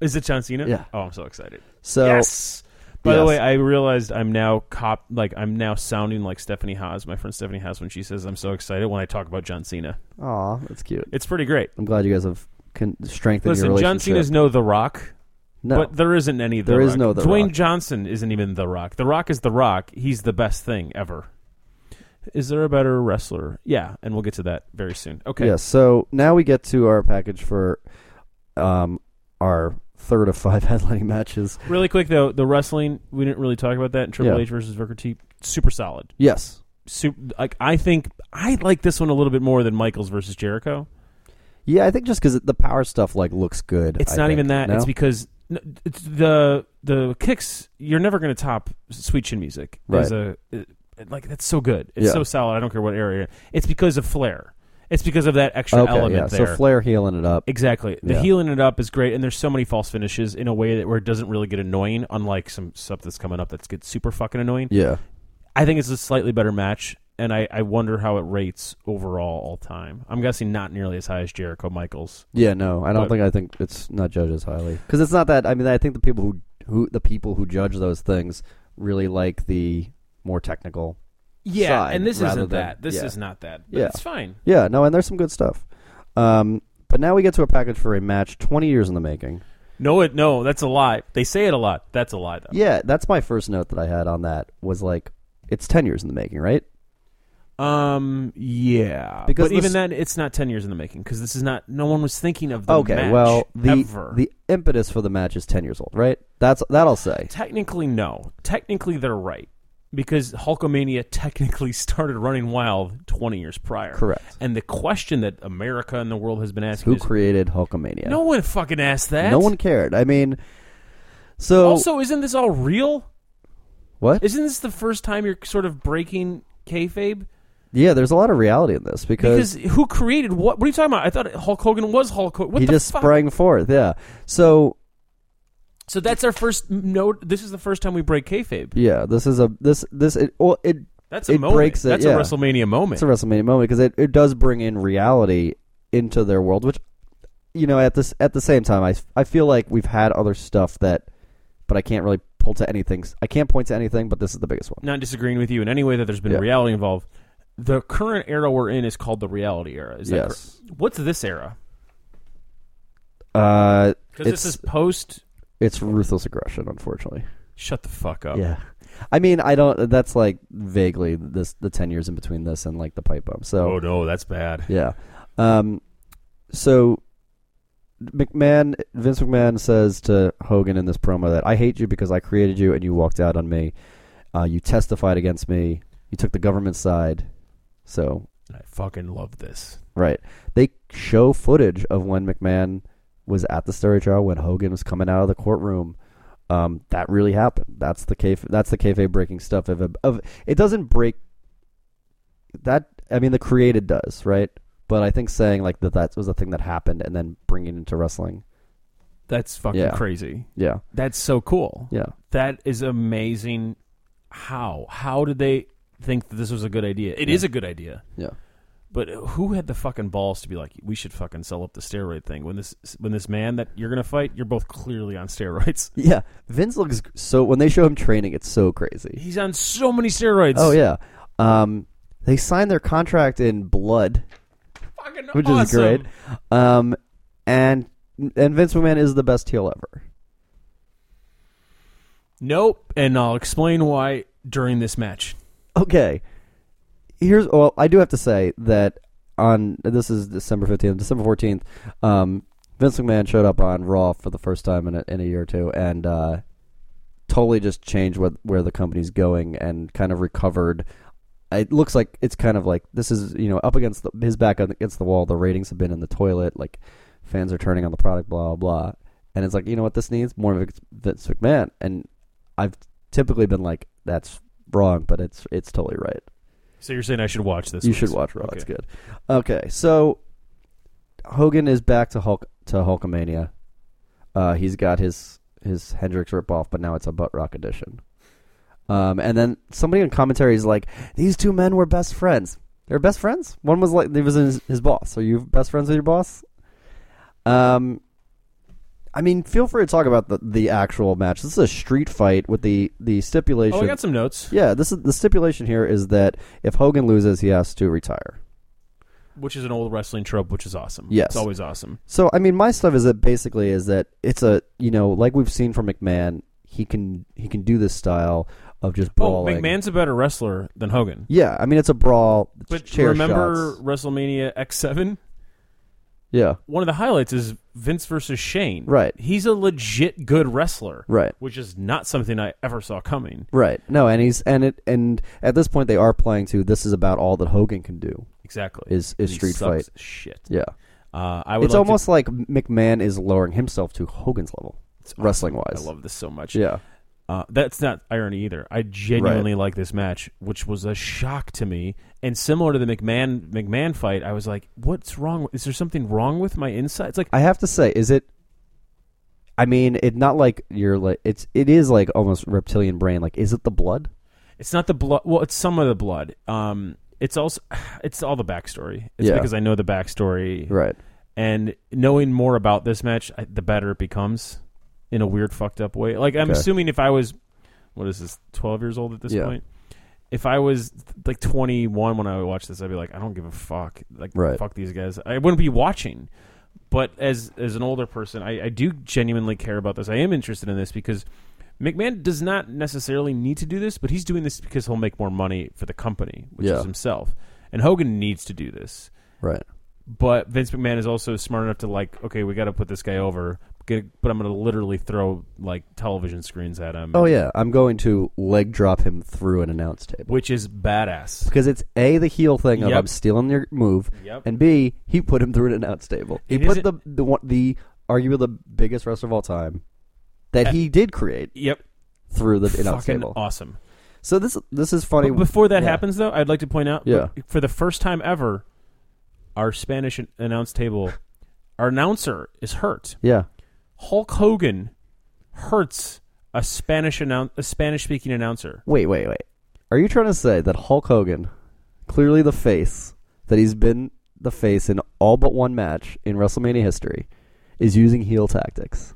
Is it John Cena? Yeah. Oh, I'm so excited. So yes. By the Yes. way, I realized I'm now cop like I'm now sounding like Stephanie Haas, my friend Stephanie Haas, when she says I'm so excited when I talk about John Cena. Aw, that's cute. It's pretty great. I'm glad you guys have con- strengthened your Listen, John relationship. Cena's no The Rock, no, but there isn't any. The There Rock. is no The Dwayne Rock. Johnson isn't even The Rock. The Rock is The Rock. He's the best thing ever. Is there a better wrestler? Yeah, and we'll get to that very soon. Okay. Yes. So now we get to our package for um, our third of five headlining matches. Really quick though, the wrestling we didn't really talk about that. Triple Yeah. H versus Booker T, super solid. Yes. Super, like I think I like this one a little bit more than Michaels versus Jericho. Yeah, I think just because the power stuff like looks good. It's I not think. even that. No? It's because n- it's the the kicks you're never going to top Sweet Chin music. There's a uh, like that's so good. It's Yeah. so solid. I don't care what area. It's because of Flair. It's because of that extra okay. element yeah. there. So Flair healing it up. Exactly. The Yeah. healing it up is great, and there's so many false finishes in a way that where it doesn't really get annoying. Unlike some stuff that's coming up that's gets super fucking annoying. yeah. I think it's a slightly better match, and I, I wonder how it rates overall all time. I'm guessing not nearly as high as Jericho Michaels. Yeah. No, I don't But- think I think it's not judged as highly because it's not that. I mean, I think the people who who the people who judge those things really like the more technical. Yeah, Side, and this rather isn't than- that. This yeah. is not that. But Yeah. it's fine. Yeah. No, and there's some good stuff. Um, but now we get to a package for a match 20 years in the making. No, it no, that's a lie. They say it a lot. That's a lie though. Yeah, that's my first note that I had on that was like, it's ten years in the making, right? Um, yeah, Because because even this- then, it's not ten years in the making because this is not. No one was thinking of the okay, match well the ever. the impetus for the match is ten years old, right? That's that I'll say. technically no. Technically, they're right because Hulkamania technically started running wild twenty years prior. Correct. And the question that America and the world has been asking Who is, created Hulkamania? No one fucking asked that. no one cared. I mean, so Also, isn't this all real? what? Isn't this the first time you're sort of breaking kayfabe? yeah, there's a lot of reality in this because, Because who created what? What are you talking about? I thought Hulk Hogan was Hulk Hogan. What he the just fuck? sprang forth. Yeah. So So that's our first note. This is the first time we break kayfabe. yeah, this is a this this it well, it That's a It moment. breaks it, that's yeah. a WrestleMania moment. it's a WrestleMania moment because it, it does bring in reality into their world, which you know at this at the same time I, I feel like we've had other stuff that, but I can't really pull to anything. s- I can't point to anything, but this is the biggest one. Not disagreeing with you in any way that there's been Yeah. reality involved. The current era we're in is called the reality era. Is that Yes. cor- What's this era? Uh, Because it's this is post. it's ruthless aggression, unfortunately. Shut the fuck up. Yeah, I mean I don't. That's like vaguely this the ten years in between this and like the pipe bomb. So Oh no, that's bad. Yeah. Um, so Um, McMahon, Vince McMahon says to Hogan in this promo that I hate you because I created you and you walked out on me. Uh, you testified against me. You took the government side. So I fucking love this. right, they show footage of when McMahon was at the story trial when Hogan was coming out of the courtroom. Um, that really happened. That's the kayf- That's the kayfabe breaking stuff. Of, of it doesn't break. That I mean, the created does right, but I think saying like that that was a thing that happened and then bringing it into wrestling. That's fucking Yeah. crazy. Yeah, That's so cool. yeah. That is amazing. How? How did they think that this was a good idea? It is a good idea. Yeah. But who had the fucking balls to be like, we should fucking sell up the steroid thing when this when this man that you're gonna fight, you're both clearly on steroids. Yeah. Vince looks so when they show him training, it's so crazy. He's on so many steroids. Oh yeah. Um they signed their contract in blood, fucking which is awesome. great. Um and and Vince McMahon is the best heel ever. Nope, and I'll explain why during this match. Okay. Here's well, I do have to say that on this is December fifteenth, December fourteenth. Um, Vince McMahon showed up on Raw for the first time in a, in a year or two, and uh, totally just changed what where the company's going and kind of recovered. It looks like it's kind of like this is you know up against the, his back against the wall. The ratings have been in the toilet. Like fans are turning on the product, blah blah. blah. And it's like you know what this needs more of Vince McMahon. And I've typically been like that's wrong, but it's it's totally right. So you're saying I should watch this? you week's- should watch Raw. It's Okay. good. Okay, so Hogan is back to Hulk to Hulkamania. Uh, he's got his his Hendrix ripoff, but now it's a butt rock edition. Um, and then somebody in commentary is like, "These two men were best friends. They're best friends. One was like, he was his, his boss. Are you best friends with your boss?" Um, I mean, feel free to talk about the, the actual match. This is a street fight with the the stipulation. Oh, I got some notes, Yeah, this is the stipulation here is that if Hogan loses, he has to retire. which is an old wrestling trope, which is awesome. Yes. it's always awesome. So I mean, my stuff is that basically is that it's a you know like we've seen from McMahon, he can he can do this style of just brawling. Oh, McMahon's a better wrestler than Hogan. Yeah, I mean it's a brawl. it's But chair remember shots. WrestleMania X Seven? yeah, One of the highlights is Vince versus Shane. Right. He's a legit good wrestler. right, Which is not something I ever saw coming. right. No, and he's and it and at this point they are playing to this is about all that Hogan can do Exactly. is is He street sucks fight. Shit. Yeah, Uh, I would it's like to- almost like McMahon is lowering himself to Hogan's level, It's awesome. wrestling wise. I love this so much. Yeah, Uh, that's not irony either. I genuinely like this match, which was a shock to me. And similar to the McMahon McMahon fight, I was like, "What's wrong? Is there something wrong with my inside?" It's like I have to say, is it? I mean, it's not like you're like it's. It is like almost reptilian brain. Like, is it the blood? it's not the blood. Well, it's some of the blood. Um, it's also it's all the backstory. It's Yeah. because I know the backstory, Right. and knowing more about this match, I, the better it becomes. In a weird, fucked up way. Like I'm Okay. assuming if I was, what is this, twelve years old at this Yeah. point? If I was like 21 when I watched this, I'd be like, I don't give a fuck. Like, Right. fuck these guys. I wouldn't be watching. But as as an older person, I, I do genuinely care about this. I am interested in this because McMahon does not necessarily need to do this, but he's doing this because he'll make more money for the company, which Yeah. is himself. And Hogan needs to do this Right. but Vince McMahon is also smart enough to like, okay, we got to put this guy over, get, but I'm going to literally throw like television screens at him. Oh yeah, I'm going to leg drop him through an announce table which is badass. because it's a the heel thing of Yep. I'm stealing your move, Yep. and b he put him through an announce table. He It put the isn't- the one the arguably the biggest wrestler of all time that he did create Yep, through the announce fucking table. awesome. So this this is funny. But before that yeah. happens, though, I'd like to point out, Yeah. for the first time ever, our Spanish an- announce table, our announcer is hurt. Yeah. Hulk Hogan hurts a Spanish announce a Spanish speaking announcer. Wait, wait, wait. Are you trying to say that Hulk Hogan, clearly the face, that he's been the face in all but one match in WrestleMania history, is using heel tactics?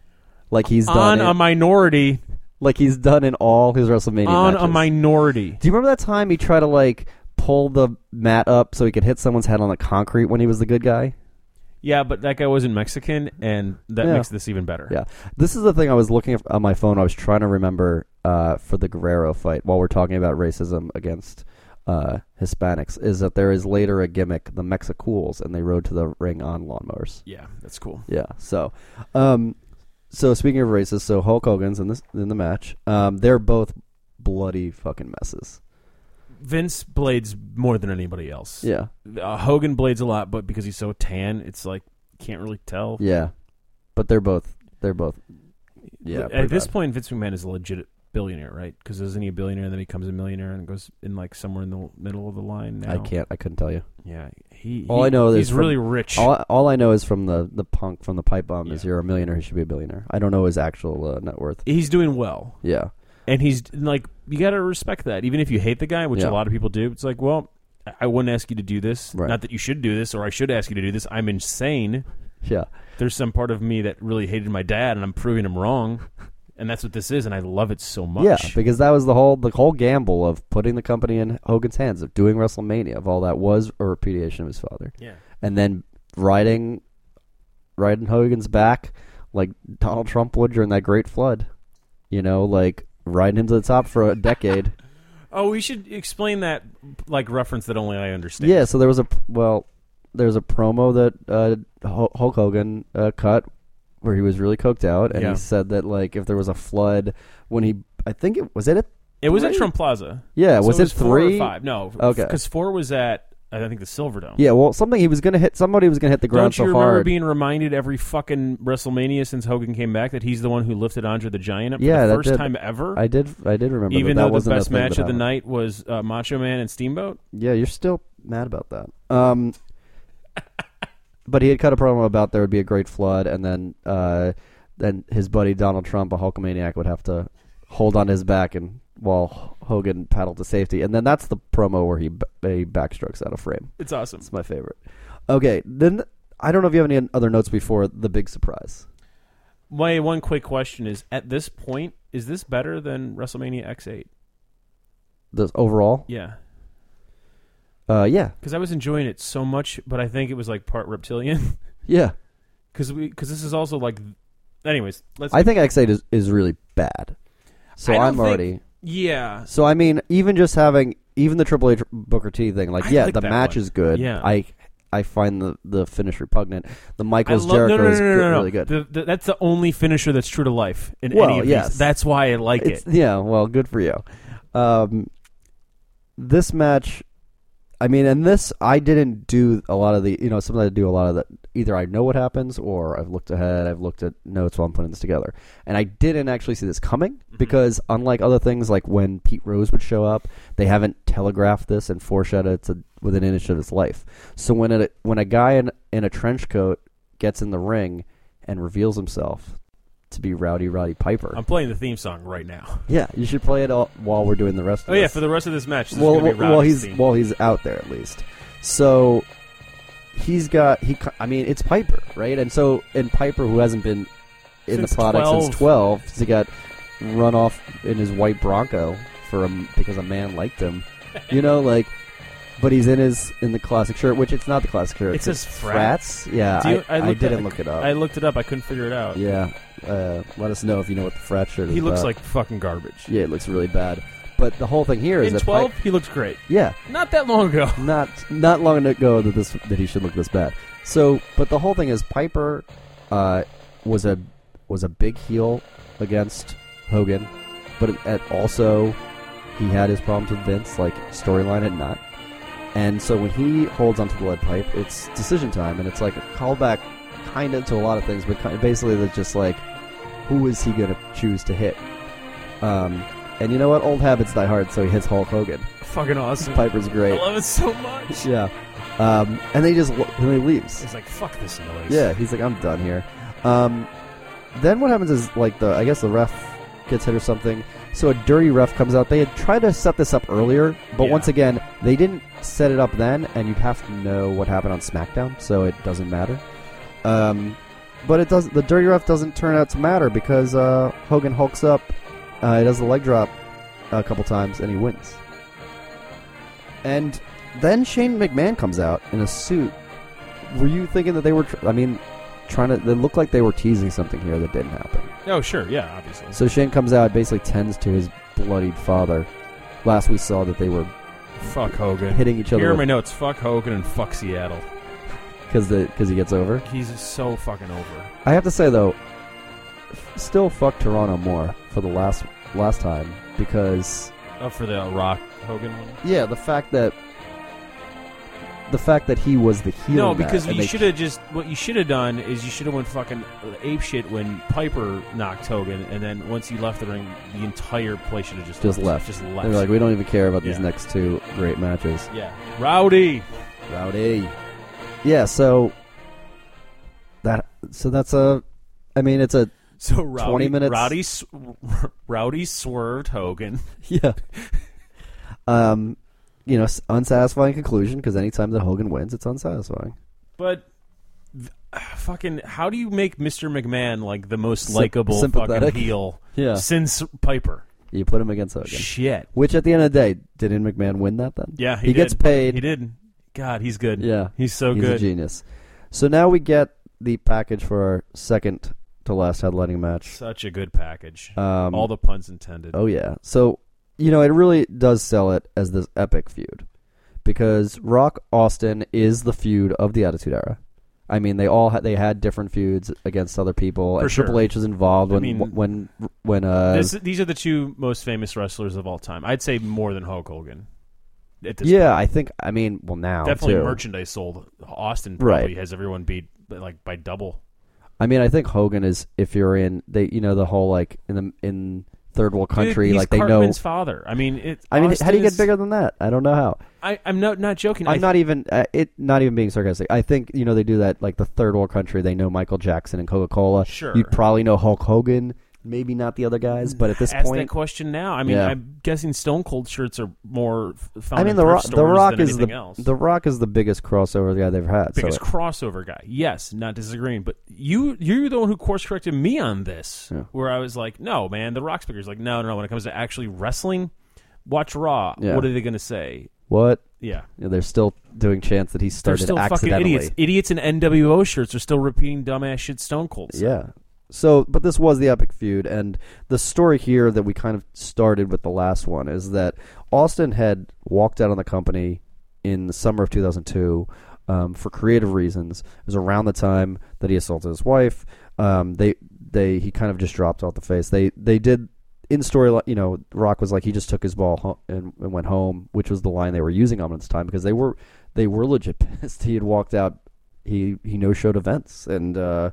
Like he's done On in, a minority, like he's done in all his WrestleMania on matches. a minority. Do you remember that time he tried to like pull the mat up so he could hit someone's head on the concrete when he was the good guy? Yeah, but that guy wasn't Mexican, and that Yeah. makes this even better. Yeah, this is the thing I was looking at on my phone. I was trying to remember uh, for the Guerrero fight while we're talking about racism against uh, Hispanics is that there is later a gimmick, the Mexicools, and they rode to the ring on lawnmowers. Yeah, that's cool. Yeah. So, um, so speaking of races, so Hulk Hogan's in this in the match. Um, they're both bloody fucking messes. Vince blades more than anybody else. Yeah. Uh, Hogan blades a lot, but because he's so tan, it's like can't really tell. Yeah. But they're both they're both yeah. pretty At this bad. point, Vince McMahon is a legit billionaire, right? Because isn't he a billionaire and then becomes a millionaire and goes in like somewhere in the middle of the line now? I can't I couldn't tell you. Yeah, he. All he- I know is he's from- really rich. All, all I know is from the, the punk from the pipe bomb is Yeah. you're a millionaire, you should be a billionaire. I don't know his actual uh, net worth. he's doing well, Yeah. and he's like you got to respect that, even if you hate the guy, which Yeah. a lot of people do. It's like, well, I- I wouldn't ask you to do this. Right. Not that you should do this, or I should ask you to do this. I'm insane. Yeah. There's some part of me that really hated my dad, and I'm proving him wrong. And that's what this is, and I love it so much. Yeah, because that was the whole the whole gamble of putting the company in Hogan's hands, of doing WrestleMania, of all that was a repudiation of his father. yeah. and then riding riding Hogan's back like Donald Trump would during that great flood. You know, like riding him to the top for a decade. Oh, we should explain that like reference that only I understand. yeah, so there was a well, there was a promo that uh, Hul- Hulk Hogan uh, cut where he was really coked out, and Yeah. he said that like if there was a flood when he, I think it was it at It was at Three? Trump Plaza. yeah So was it it, was four three or five? No. Okay. Because four was at I think the Silverdome. yeah well something he was gonna hit somebody was gonna hit the ground Don't you so remember hard being reminded every fucking WrestleMania since Hogan came back that he's the one who lifted Andre the Giant up Yeah, for the that first did- time ever? I did I did remember even that, that though the wasn't a best thing that match of the happened. night was uh, Macho Man and Steamboat. Yeah, you're still mad about that. Um, but he had cut a promo about there would be a great flood, and then uh, then his buddy Donald Trump, a Hulkamaniac, would have to hold on his back and while Hogan paddled to safety, and then that's the promo where he b- he backstrokes out of frame. It's awesome. It's my favorite. Okay, then I don't know if you have any other notes before the big surprise. My one quick question is: At this point, is this better than WrestleMania X8? The overall, Yeah, uh, yeah, because I was enjoying it so much, but I think it was like part reptilian. yeah. Because we, because this is also like, anyways, let's. I think X8 is is really bad. So I don't I'm think- already. yeah, So I mean, even just having even the Triple H Booker T thing, like I yeah, like the that match one. is good. Yeah. I I find the the finish repugnant. The I Michaels love Jericho no, no, no, is no, good- no, no. really good. The, the, that's the only finisher that's true to life in Well, any of yes. these. That's why I like It's- it. Yeah, well, good for you. Um, this match, I mean, and this I didn't do a lot of the. You know, sometimes I do a lot of the. Either I know what happens, or I've looked ahead. I've looked at notes while I'm putting this together, and I didn't actually see this coming Mm-hmm. because, unlike other things, like when Pete Rose would show up, they haven't telegraphed this and foreshadowed it to within an inch of his life. So when a when a guy in in a trench coat gets in the ring and reveals himself to be Rowdy Roddy Piper, I'm playing the theme song right now. yeah, you should play it all while we're doing the rest of Oh yeah, this. for the rest of this match, this well, is gonna well, be well, Roddy's he's theme. well, he's out there at least. So he's got he. co- I mean, it's Piper, right? And so and Piper, who hasn't been in Since the product 12. since twelve, 'cause he got run off in his white Bronco for him because a man liked him. You know, like. But he's in his in the classic shirt, which it's not the classic shirt. It it's says just Frats. frats. Yeah, Do you- I, I I looked didn't up- look it up. I looked it up. I couldn't figure it out. yeah, uh, let us know if you know what the frat shirt is. he looks about. like fucking garbage. yeah, it looks really bad. But the whole thing here is In that Pi- 12, he looked great. yeah, Not that long ago. not not long ago that this that he should look this bad. So, but the whole thing is Piper uh, was a was a big heel against Hogan, but it, it also he had his problems with Vince, like storyline and not. And so when he holds onto the lead pipe, it's decision time, and it's like a callback, kind of to a lot of things, but kind basically that's just like, who is he going to choose to hit? Um, and you know what? Old habits die hard, so he hits Hulk Hogan. Fucking awesome. Piper's I great. love it so much. Yeah. Um, and then he just lo- and he leaves. He's like, fuck this noise. Yeah, he's like, I'm done here. Um, then what happens is like the I guess the ref gets hit or something. So a dirty ref comes out. They had tried to set this up earlier, but Yeah. once again, they didn't set it up then, and you'd have to know what happened on SmackDown, so it doesn't matter. Um, but it does. The dirty ref doesn't turn out to matter because uh, Hogan hulks up. Uh, he does the leg drop a couple times, and he wins. And then Shane McMahon comes out in a suit. Were you thinking that they were? Tr- I mean, trying to. They looked like they were teasing something here that didn't happen. Oh, sure. Yeah, obviously. So Shane comes out, basically tends to his bloodied father. Last we saw that they were Fuck Hogan. Hitting each other Here are with- my notes. Fuck Hogan and fuck Seattle. because he gets over. He's so fucking over. I have to say though, f- still fuck Toronto more for the last last time because Oh, for the Rock Hogan one. yeah, the fact that the fact that he was the heel. No, in that, because and you they- should have just what you should have done is you should have went fucking ape shit when Piper knocked Hogan, and then once you left the ring, the entire place should have just Just left. Just They're left. like, we don't even care about these Yeah. next two great matches. yeah, rowdy. Rowdy. Yeah, so that so that's a. I mean, it's a So rowdy, 20 minutes. Rowdy, sw- rowdy swerved Hogan. yeah. Um, you know, s- unsatisfying conclusion because anytime that Hogan wins, it's unsatisfying. But th- fucking, how do you make Mr. McMahon like the most Sym- likable fucking sympathetic. heel Yeah. since Piper? You put him against Hogan. Shit. Which at the end of the day, didn't McMahon win that then? Yeah, he, he, gets did. paid. He did. God, he's good. Yeah, he's so he's a good. genius. So now we get the package for our second to last headlining match. Such a good package. Um, All the puns intended. oh yeah. So you know, it really does sell it as this epic feud because Rock Austin is the feud of the Attitude Era. I mean, they all had, they had different feuds against other people. For and sure. Triple H was involved I when mean- when when uh This, these are the two most famous wrestlers of all time. I'd say more than Hulk Hogan. At this yeah, I think I mean well now point. definitely too. merchandise sold. Austin probably Right. has everyone beat but, like by double. I mean, I think Hogan is if you're in they you know the whole like in the in third world country Dude, he's like they know. Cartman's father. I mean, it, I mean, Austin how do you get is- bigger than that? I don't know how. I, I'm not not joking. I I'm not even uh, it not even being sarcastic. I think you know they do that like the third world country. They know Michael Jackson and Coca Cola. Sure. you'd probably know Hulk Hogan. Maybe not the other guys, but at this ask that point, question now. I mean, Yeah. I'm guessing Stone Cold shirts are more. f- Found I mean in the thrift Rock. The stores Rock than is the anything else. the Rock is the biggest crossover guy they've had. so- biggest crossover guy. Yes, not disagreeing, but you you're the one who course corrected me on this, Yeah. where I was like, no, man, the Rock speaker's like, no, no, no. When it comes to actually wrestling, watch Raw. Yeah. What are they going to say? what? Yeah, Yeah, they're still doing chants that he they're started still fucking accidentally. idiots. Idiots in NWO shirts are still repeating dumbass shit Stone Cold. said. Yeah. So, but this was the epic feud, and the story here that we kind of started with the last one is that Austin had walked out on the company in the summer of 2002 um, for creative reasons. It was around the time that he assaulted his wife. Um, they, they, he kind of just dropped off the face. They, they did in story, you know, Rock was like he just took his ball ho- and, and went home, which was the line they were using on him at the time because they were, they were legit pissed. he had walked out. He he no showed events and. uh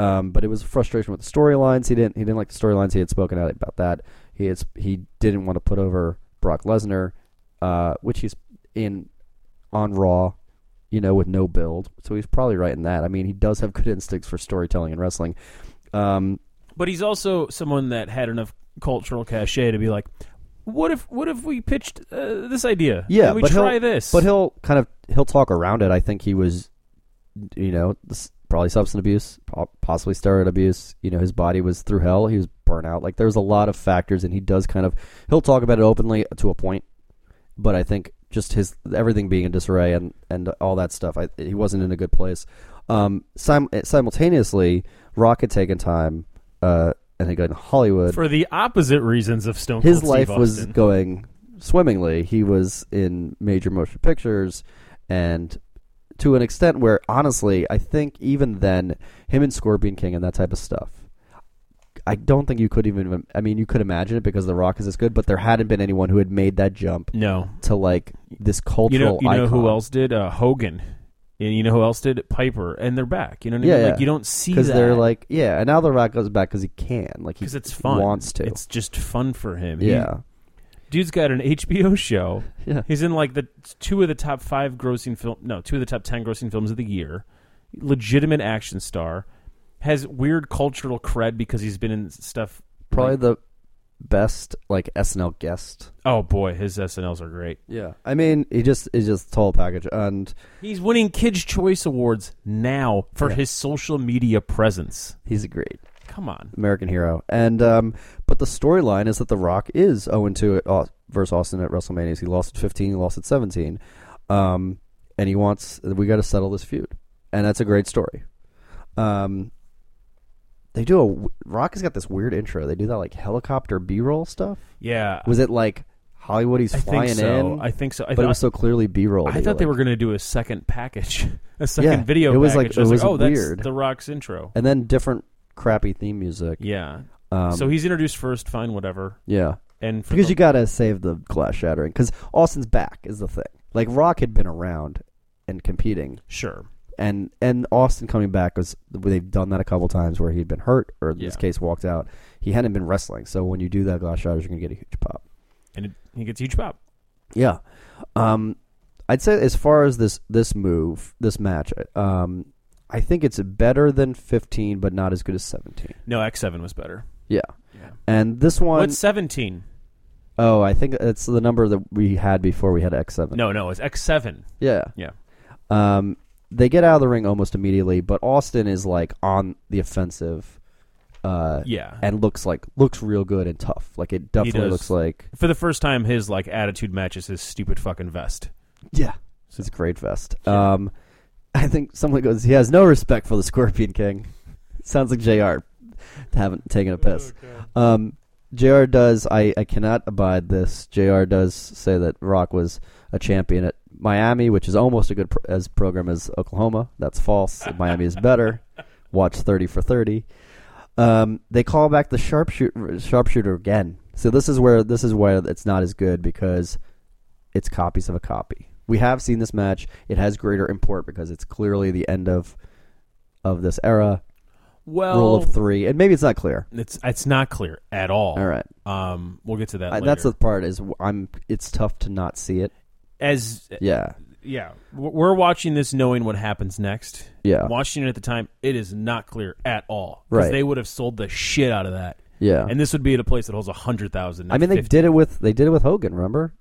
um, but it was frustration with the storylines. He didn't he didn't like the storylines. He had spoken out about that. He had, sp- he didn't want to put over Brock Lesnar, uh, which he's in on Raw, you know, with no build. So he's probably right in that. I mean, he does have good instincts for storytelling and wrestling. Um, but he's also someone that had enough cultural cachet to be like, what if what if we pitched uh, this idea? yeah, Can we but try he'll, this. But he'll kind of he'll talk around it. I think he was, you know, s- probably substance abuse, po- possibly steroid abuse. You know, his body was through hell. He was burnt out. Like there's a lot of factors, and he does kind of he'll talk about it openly to a point. But I think just his everything being in disarray and and all that stuff, I, he wasn't in a good place. Um, sim- simultaneously, Rock had taken time, uh, and had gone to Hollywood for the opposite reasons of Stone his Cold Steve life was Austin. going swimmingly. He was in major motion pictures, and to an extent where, honestly, I think even then, him and Scorpion King and that type of stuff, I don't think you could even. I mean, you could imagine it because The Rock is this good, but there hadn't been anyone who had made that jump no to like this cultural. you know, you know who icon. else did uh, Hogan, and you know who else did Piper, and they're back. You know what I Yeah, mean? Like yeah. you don't see that Because they're like, yeah, and now The Rock goes back because he can, like, he 'Cause it's fun. wants to, It's just fun for him. He- yeah, dude's got an HBO show. yeah. He's in like the two of the top five grossing film. No, two of the top ten grossing films of the year. Legitimate action star has weird cultural cred because he's been in stuff. Probably like- the best like SNL guest oh boy, his SNLs are great. Yeah, I mean, he just is just total package, and He's winning Kids Choice Awards now for his social media presence. he's a great Come on. American hero. And um, but the storyline is that The Rock is zero two at Au- versus Austin at WrestleMania. He lost at fifteen, he lost at seventeen, um, and he wants we got to settle this feud, and that's a great story. Um, they do a w- Rock has got this weird intro. They do that like helicopter B roll stuff. Yeah. Was it like Hollywood. He's I flying think so. in, I think so. I but it thought- was so clearly B-roll. I that thought you're they like- were going to do a second package, a second Yeah, video. it was like- package. it I was was like, oh, weird. that's the Rock's intro. and then different crappy theme music. Yeah. Um, so he's introduced first. Fine, whatever. yeah, And for because the- you gotta save the glass shattering because Austin's back is the thing. Like Rock had been around and competing, sure, and and Austin coming back was they've done that a couple times where he'd been hurt or in this Yeah. case walked out. He hadn't been wrestling, so when you do that, glass shatters you're gonna get a huge pop. and it, he gets a huge pop. Yeah. Um, I'd say as far as this this move, this match, um, I think it's better than 15, but not as good as 17. No, X seven was better. Yeah. Yeah. And this one, What's seventeen? oh, I think it's the number that we had before we had X7. No, no, it's X seven. Yeah. Yeah. Um, they get out of the ring almost immediately, but Austin is like on the offensive. Uh, Yeah. And looks like looks real good and tough. Like it definitely does. looks like For the first time, his like attitude matches his stupid fucking vest. yeah. It's a great vest. Um, I think someone goes, he has no respect for the Scorpion King. Sounds like JR haven't taken a piss. um, JR does, I, I cannot abide this. JR does say that Rock was a champion at Miami, which is almost a good pro- as program as Oklahoma. That's false. Miami is better. Watch 30 for 30. Um, they call back the sharpshooter, sharpshooter again. So this is where this is where it's not as good because it's copies of a copy. We have seen this match. It has greater import because it's clearly the end of of this era. Well, Rule of three, and maybe it's not clear. it's it's not clear at all. All right, Um, we'll get to that. I- later. that's the part is w- I'm. It's tough to not see it. as Yeah, yeah. w- We're watching this knowing what happens next. Yeah. Watching it at the time, it is not clear at all. 'Cause Right. They would have sold the shit out of that. yeah. And this would be at a place that holds a hundred thousand. I mean, they did it with they did it with Hogan. Remember,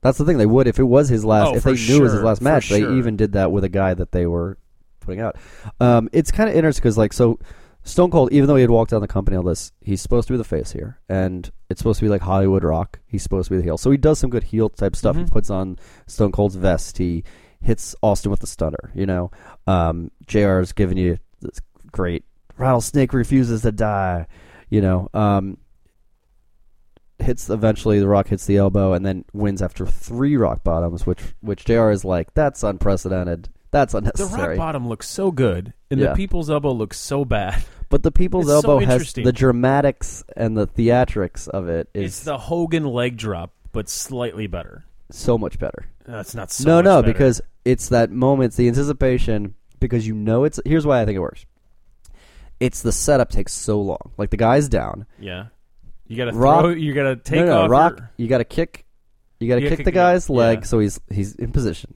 that's the thing. They would if it was his last. Oh, if for they knew it was his sure, last for match, sure. they even did that with a guy that they were putting out. Um, it's kind of interesting because like so, Stone Cold, even though he had walked down the company all this, he's supposed to be the face here, and it's supposed to be like Hollywood Rock. He's supposed to be the heel, so he does some good heel type stuff. Mm-hmm. He puts on Stone Cold's vest. He hits Austin with the stunner. You know, um, Jr's giving you this great rattlesnake refuses to die. You know, um, hits eventually the rock hits the elbow and then wins after three rock bottoms which which jr is like that's unprecedented that's The rock unnecessary bottom looks so good, and Yeah. the people's elbow looks so bad. but the people's It's so elbow has interesting. the dramatics and the theatrics of it It's, is the Hogan leg drop, but slightly better. so much better That's not so. no much no better. because it's that moment it's the anticipation because you know it's here's why i think it works it's the setup takes so long like the guy's down yeah, you gotta Rock- throw. You gotta take no, no, off rock your- you gotta kick you gotta You kick, the gotta kick the guy- guy's leg yeah. so he's he's in position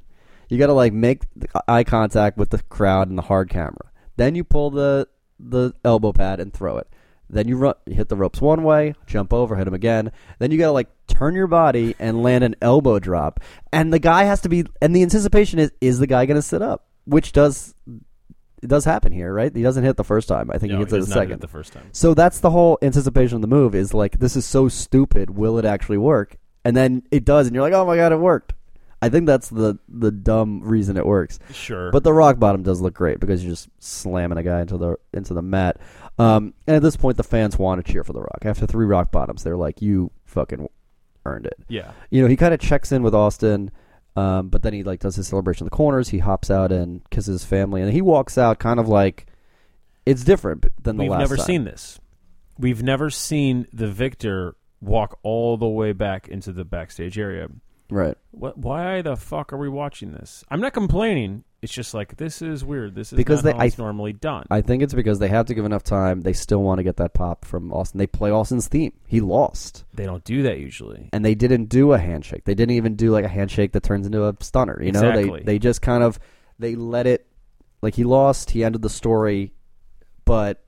you gotta like make the eye contact with the crowd and the hard camera then you pull the the elbow pad and throw it then you run you hit the ropes one way jump over hit him again then you gotta like turn your body and land an elbow drop and the guy has to be and the anticipation is is the guy gonna sit up which does it does happen here right he doesn't hit the first time i think No, he hits he it the does not hit second it the first time. so that's the whole anticipation of the move is like, this is so stupid. Will it actually work? And then it does, and you're like, oh my god, it worked. I think that's the the dumb reason it works. Sure, But the rock bottom does look great because you're just slamming a guy into the into the mat. Um, and at this point, the fans want to cheer for the rock. After three rock bottoms, they're like, you fucking earned it yeah, you know, he kind of checks in with Austin, um, but then he like does his celebration of the corners. He hops out and kisses his family, and he walks out kind of like it's different b- than the we've last. never time. seen this. We've never seen the victor walk all the way back into the backstage area. right What? Why the fuck are we watching this? I'm not complaining. It's just like this is weird. This is Because not they- how I- it's normally done. I think it's because they have to give enough time. They still want to get that pop from Austin. They play Austin's theme. He lost, they don't do that usually. and they didn't do a handshake. They didn't even do like a handshake that turns into a stunner. You know, Exactly. they they just kind of they let it like he lost. He ended the story, but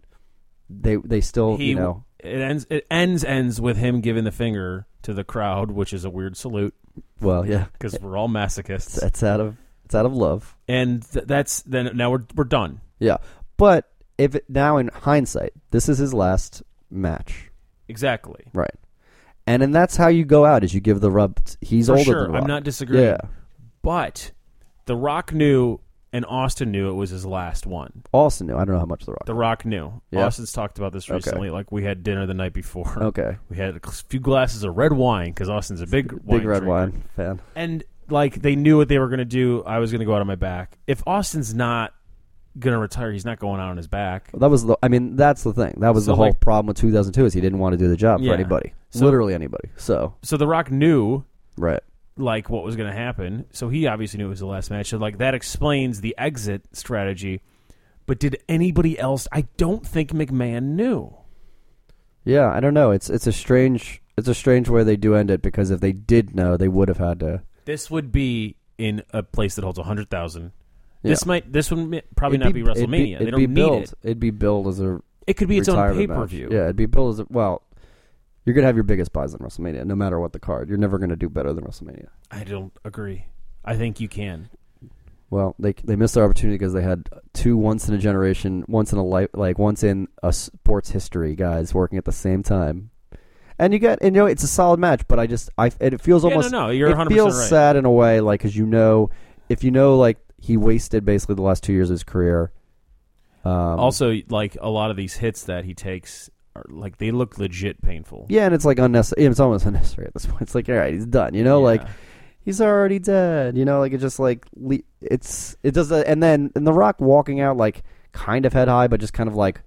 they they still he you know it ends it ends ends with him giving the finger to the crowd, which is a weird salute well yeah because we're all masochists. it's out of it's out of love. And th- that's then now we're we're done. Yeah, but if it, now in hindsight, this is his last match, Exactly. right? And then that's how you go out is you give the rub. He's For older sure, than I'm Rock. not disagreeing. Yeah, But The Rock knew and Austin knew it was his last one. Austin knew. I don't know how much The Rock. The Rock knew. Yeah. Austin's talked about this recently. Like we had dinner the night before. okay, We had a few glasses of red wine because Austin's a big wine big red drinker. wine fan. and like they knew what they were going to do. I was going to go out on my back. If Austin's not going to retire, he's not going out on his back. Well, that was the. I mean, that's the thing. That was So, the whole like- problem with 2002 is he didn't want to do the job Yeah. for anybody, So- literally anybody. So So The Rock knew right, like what was going to happen. So he obviously knew it was the last match. So like that explains the exit strategy. But did anybody else? I don't think McMahon knew. yeah. I don't know. It's it's a strange it's a strange way they do end it because if they did know, they would have had to. This would be in a place that holds hundred thousand. This Yeah. might. This would probably not be, it'd WrestleMania. It'd they don't be need billed. it. It'd be billed as a It could be its own pay retirement per match. view. Yeah, it'd be billed as a, well. You're gonna have your biggest buys in WrestleMania, no matter what the card. You're never gonna do better than WrestleMania. I don't agree. I think you can. Well, they they missed their opportunity because they had two once in a generation, once in a life, like once in a sports history guys working at the same time. And you get, and you know, it's a solid match, but I just, I and it feels Yeah, no, almost, no, you're it 100% feels right. sad in a way, like because you know, if you know, like he wasted basically the last two years of his career. Um, also, like a lot of these hits that he takes, are, like they look legit painful. yeah, and it's like unnecessary. It's almost unnecessary at this point. It's like, all right, he's done. You know, like Yeah. he's already dead. You know, like it just like le- it's it does that, and then and the Rock walking out like kind of head high, but just kind of like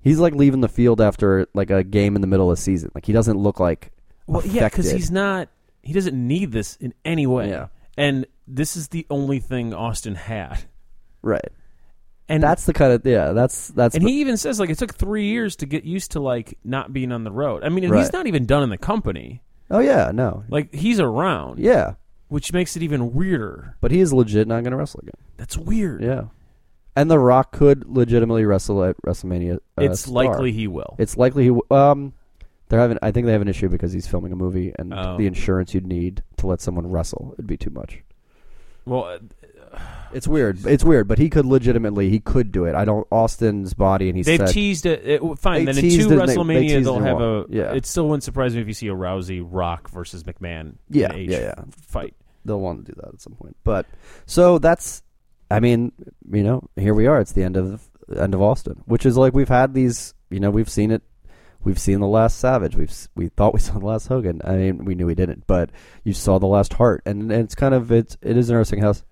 he's like leaving the field after like a game in the middle of the season. Like he doesn't look like well, yeah, because affected. he's not. He doesn't need this in any way. Yeah. And this is the only thing Austin had. right. And That's the kind of yeah. That's that's and the- he even says like it took three years to get used to like not being on the road. I mean, and he's Right. not even done in the company. oh yeah no Like he's around, yeah. which makes it even weirder. But he is legit not going to wrestle again. That's weird. Yeah. And The Rock could legitimately wrestle at WrestleMania. uh, it's Star. likely he will. It's likely he. w- Um, they're having. I think they have an issue because he's filming a movie, and Oh. the insurance you'd need to let someone wrestle would be too much. well, uh, It's weird. It's weird, but he could legitimately. He could do it. I don't. Austin's body, and he they've said. teased it. it- fine, They then in two teased it and they- they WrestleMania teased they'll it have well. a. Yeah. It still wouldn't surprise me if you see a Rousey Rock versus McMahon. Yeah, in age yeah, yeah. Fight. they'll want to do that at some point. But so that's. I mean, you know, here we are. It's the end of end of Austin, which is like we've had these. You know, we've seen it. We've seen the last Savage. We've s- we thought we saw the last Hogan. I mean, we knew we didn't, but you saw the last Hart, and, and it's kind of it's it is interesting how. s-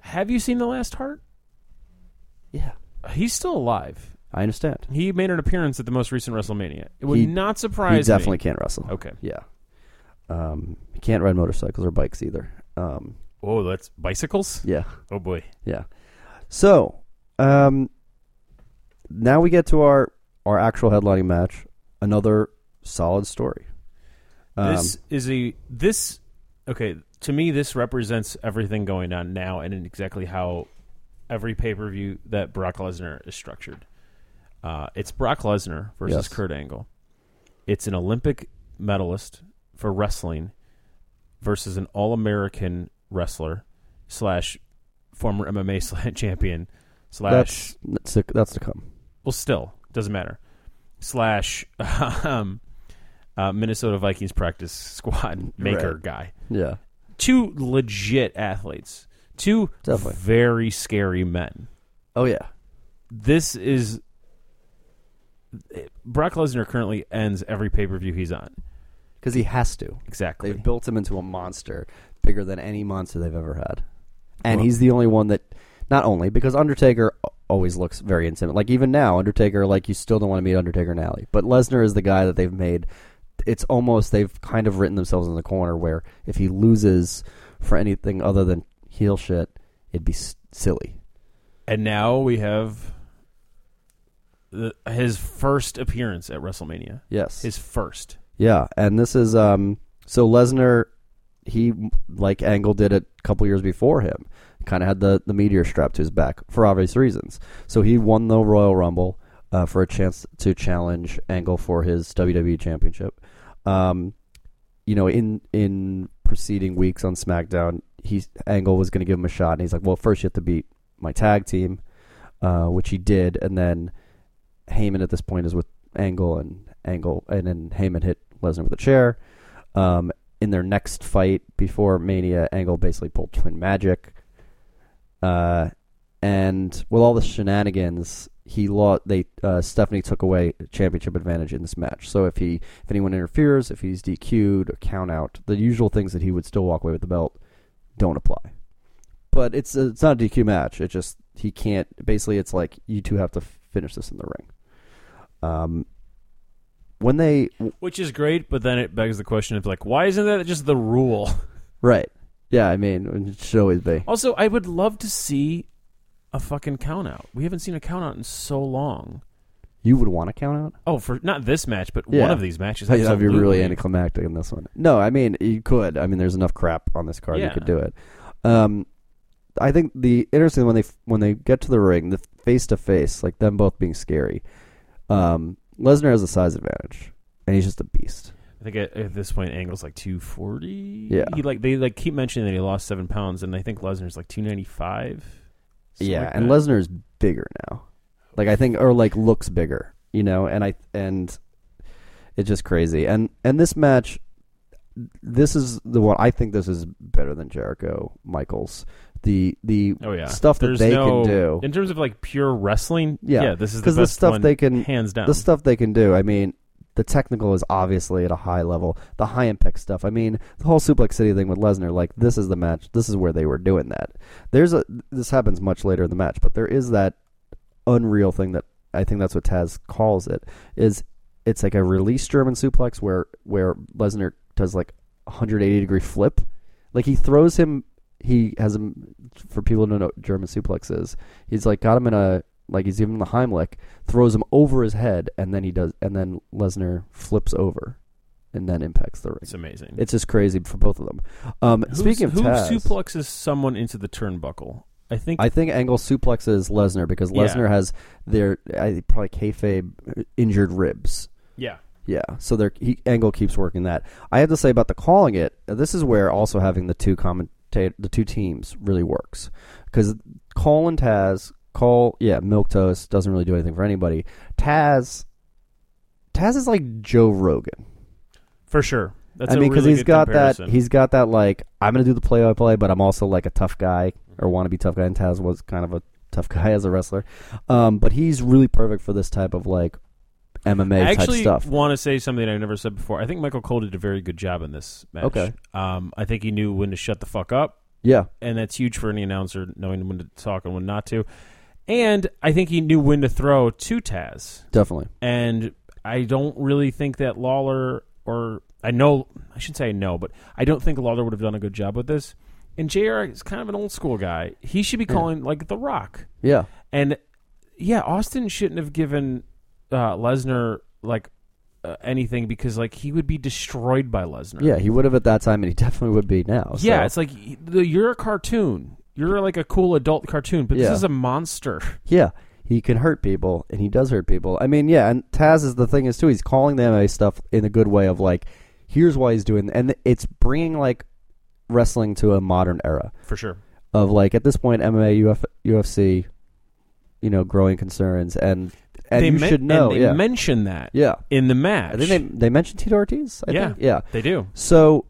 Have you seen the last Heart? Yeah, He's still alive. I understand. He made an appearance at the most recent WrestleMania. It would He- not surprise He me. definitely can't wrestle. Okay. Yeah. Um, he can't ride motorcycles or bikes either. Um, Oh, that's bicycles. yeah, Oh boy. yeah. So, um, now we get to our our actual headlining match. Another solid story. Um, this is a this okay to me this represents everything going on now and in exactly how every pay-per-view that brock lesnar is structured uh, it's brock lesnar versus Yes. kurt angle it's an olympic medalist for wrestling versus an all-american wrestler slash former mma slash champion slash that's that's to, that's to come. well, still doesn't matter. Slash um, uh, Minnesota Vikings practice squad maker Right. guy. Yeah, Two legit athletes. Two Definitely. very scary men. Oh yeah. This is Brock Lesnar currently ends every pay per view he's on. Because he has to. Exactly. They've built him into a monster bigger than any monster they've ever had, and Well- he's the only one that. Not only because Undertaker a- always looks very intimate. Like even now, Undertaker, like you still don't want to meet Undertaker and Alley. But Lesnar is the guy that they've made. It's almost they've kind of written themselves in the corner where if he loses for anything other than heel shit, it'd be s- silly. And now we have the, his first appearance at WrestleMania. Yes, His first. Yeah, and this is um so Lesnar he like Angle did it a couple years before him. Kind of had the the meteor strapped to his back for obvious reasons. So he won the Royal Rumble uh, for a chance to challenge Angle for his WWE championship. Um you know, in in preceding weeks on SmackDown, he Angle was going to give him a shot and he's like, "Well, first you have to beat my tag team." Uh, which he did, and then Heyman at this point is with Angle and Angle and then Heyman hit Lesnar with a chair. Um, in their next fight before Mania, Angle basically pulled Twin Magic. Uh, and with all the shenanigans, he lost. They uh, Stephanie took away championship advantage in this match. So if he, if anyone interferes, if he's DQ'd or count out, the usual things that he would still walk away with the belt don't apply. But it's a, it's not a DQ match. It just he can't. Basically, it's like you two have to finish this in the ring. Um, when they Which is great, but then it begs the question of like, why isn't that just the rule? right, yeah. I mean, it should always be. Also, I would love to see a fucking count out. We haven't seen a count out in so long. You would want to count out. Oh, for not this match, but one Yeah. of these matches. That'd be really absolutely. anticlimactic in this one. No, I mean you could. I mean, there's enough crap on this card Yeah. you could do it. Um, I think the interesting when they when they get to the ring, the face to face, like them both being scary. Um, Lesnar has a size advantage, and he's just a beast. I think at, at this point, Angle's like two forty. Yeah. he like they like keep mentioning that he lost seven pounds, and I think Lesnar's like two ninety five. yeah, and Lesnar's bigger now. Like I think, or like looks bigger, you know. And I and it's just crazy. And and this match, this is the one I think this is better than Jericho Michaels. The the Oh yeah, stuff that There's they no- can do. in terms of like pure wrestling. Yeah. this is the 'Cause the best stuff one, they can- hands down. the stuff they can do. I mean, the technical is obviously at a high level. The high impact stuff. I mean, the whole Suplex City thing with Lesnar. Like, this is the match. This is where they were doing that. There's a. This happens much later in the match, but there is that unreal thing that I think that's what Taz calls it. Is it's like a release German suplex where where Lesnar does like 180 degree flip, like he throws him. He has him for people who don't know what German suplexes. He's like got him in a like he's even the Heimlich throws him over his head, and then he does, and then Lesnar flips over, and then impacts the ring. it's amazing. It's just crazy for both of them. Um, Who's- speaking of who Taz, suplexes someone into the turnbuckle, I think I think Angle suplexes Lesnar because Lesnar Yeah. has their I, probably kayfabe injured ribs. yeah. Yeah, so there he, Angle keeps working that. I have to say about the calling it. This is where also having the two commentator, the two teams really works because Call and Taz, Call yeah, milk toast doesn't really do anything for anybody. Taz, Taz is like Joe Rogan. For sure. That's I mean, because because really he's good got comparison. that he's got that like I'm gonna do the play by play, but I'm also like a tough guy or want to be tough guy. And Taz was kind of a tough guy as a wrestler, um, but he's really perfect for this type of like MMA I type actually stuff. want to say something I've never said before. I think Michael Cole did a very good job in this match. Okay. Um, I think he knew when to shut the fuck up, yeah, and that's huge for any announcer knowing when to talk and when not to. And I think he knew when to throw to Taz. definitely. And I don't really think that Lawler or I know I should say I know, but I don't think Lawler would have done a good job with this. And JR is kind of an old school guy. He should be calling like The Rock. Yeah. And yeah, Austin shouldn't have given uh, Lesnar like uh, anything because like he would be destroyed by Lesnar. Yeah, he would have at that time, and he definitely would be now. so- yeah. It's like y- the- you're a cartoon. You're like a cool adult cartoon, but Yeah. this is a monster. yeah, he can hurt people, and he does hurt people. I mean, yeah, and Taz is the thing is too. He's calling the MMA stuff in a good way of like, here's why he's doing, and it's bringing like wrestling to a modern era For sure. of like at this point MMA, Uf, UFC, you know, growing concerns, and and they you men- should know, and they yeah, mention that yeah. in the match. I think they they mentioned Tito Ortiz. I Yeah. think. yeah. They do. So,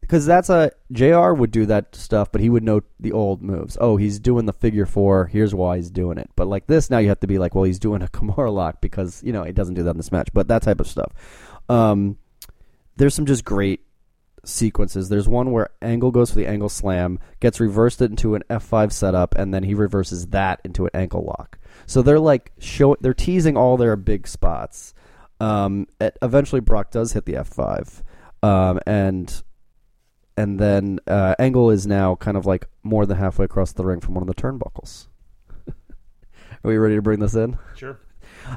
because that's a Jr. would do that stuff, but he would know the old moves. Oh, he's doing the figure four. Here's why he's doing it. But like this, now you have to be like, well, he's doing a Kimura lock because you know it doesn't do that in this match. But that type of stuff. Um, there's some just great sequences. There's one where Angle goes for the angle slam, gets reversed into an F5 setup, and then he reverses that into an ankle lock. So they're like show they're teasing all their big spots. Um, e- eventually Brock does hit the F5, um, and and then uh, Angle is now kind of like more than halfway across the ring from one of the turnbuckles. Are we ready to bring this in? Sure.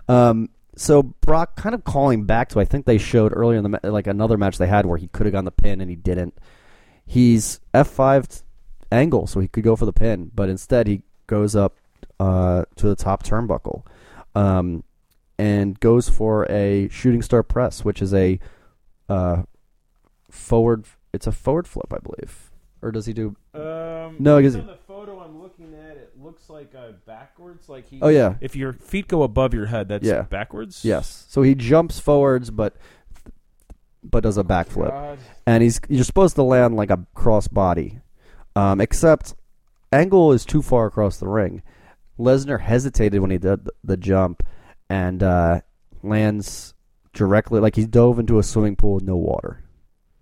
Um, so Brock kind of calling back to I think they showed earlier in the ma- like another match they had where he could have gone the pin and he didn't. He's F five angle, so he could go for the pin, but instead he goes up uh, to the top turnbuckle um, and goes for a shooting star press, which is a uh, forward. It's a forward flip, I believe. Or does he do? Um, No, based 'cause- on the photo I'm looking at, it looks like a backwards. Like he. Oh yeah, If your feet go above your head, that's Yeah. backwards. yes. So he jumps forwards, but but does a backflip. and he's you're supposed to land like a cross body, um, except Angle is too far across the ring, Lesnar hesitated when he did th- the jump and uh, lands directly, like he dove into a swimming pool with no water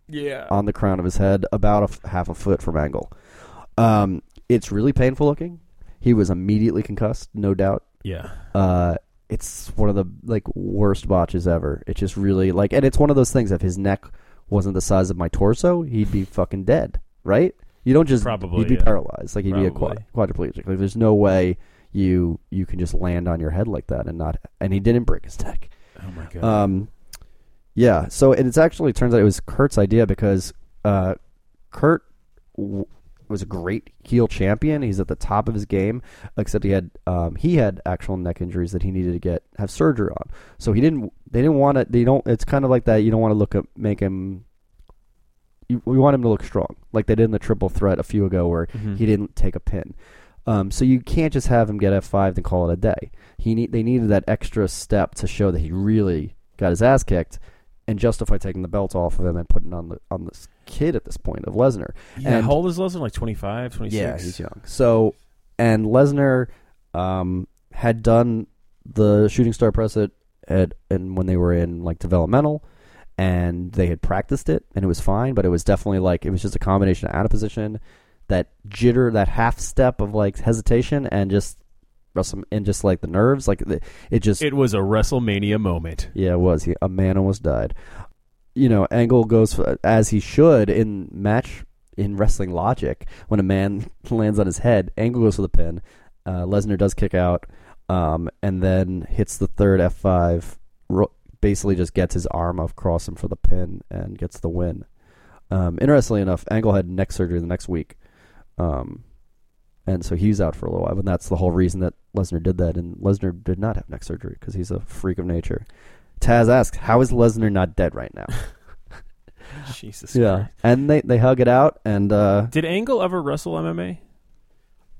Yeah. on the crown of his head, about a f- half a foot from Angle. Um, it's really painful looking. He was immediately concussed, no doubt. yeah. Uh, it's one of the like worst botches ever. It's just really like, and it's one of those things. If his neck wasn't the size of my torso, he'd be fucking dead, right? You don't just Probably, he'd be yeah. paralyzed, like he'd be a qua- Probably. quadriplegic. Like there's no way you you can just land on your head like that and not. And he didn't break his neck. Oh my god. Um, yeah. So and it's actually turns out it was Kurt's idea because uh, Kurt w- was a great heel champion. He's at the top of his game, except he had um, he had actual neck injuries that he needed to get have surgery on. So he didn't. They didn't want to. They don't. It's kind of like that. You don't want to look at make him. You, we want him to look strong, like they did in the triple threat a few ago, where Mhm. he didn't take a pin. Um, so you can't just have him get F five and call it a day. He need they needed that extra step to show that he really got his ass kicked, and justify taking the belt off of him and putting on the on this kid at this point of Lesnar. yeah, and- how old is Lesnar? Like 25, 26? Yeah, he's young. So, and Lesnar um, had done the Shooting Star Press at, at and when they were in like developmental, and they had practiced it, and it was fine. But it was definitely like it was just a combination of out of position, that jitter, that half step of like hesitation, and just wrestle, and just like the nerves, like the, it just It was a WrestleMania moment. yeah, it was. He, a man almost died. You know, Angle goes for, as he should in match in wrestling logic. When a man lands on his head, Angle goes for the pin. Uh, Lesnar does kick out, um, and then hits the third F five. Ro- basically, just gets his arm across him for the pin and gets the win. Um, interestingly enough, Angle had neck surgery the next week, um, and so he's out for a little while. And that's the whole reason that Lesnar did that. And Lesnar did not have neck surgery because he's a freak of nature. Taz asks, "How is Lesnar not dead right now?" Oh, Jesus Christ. and they they hug it out, and uh, Did Angle ever wrestle MMA?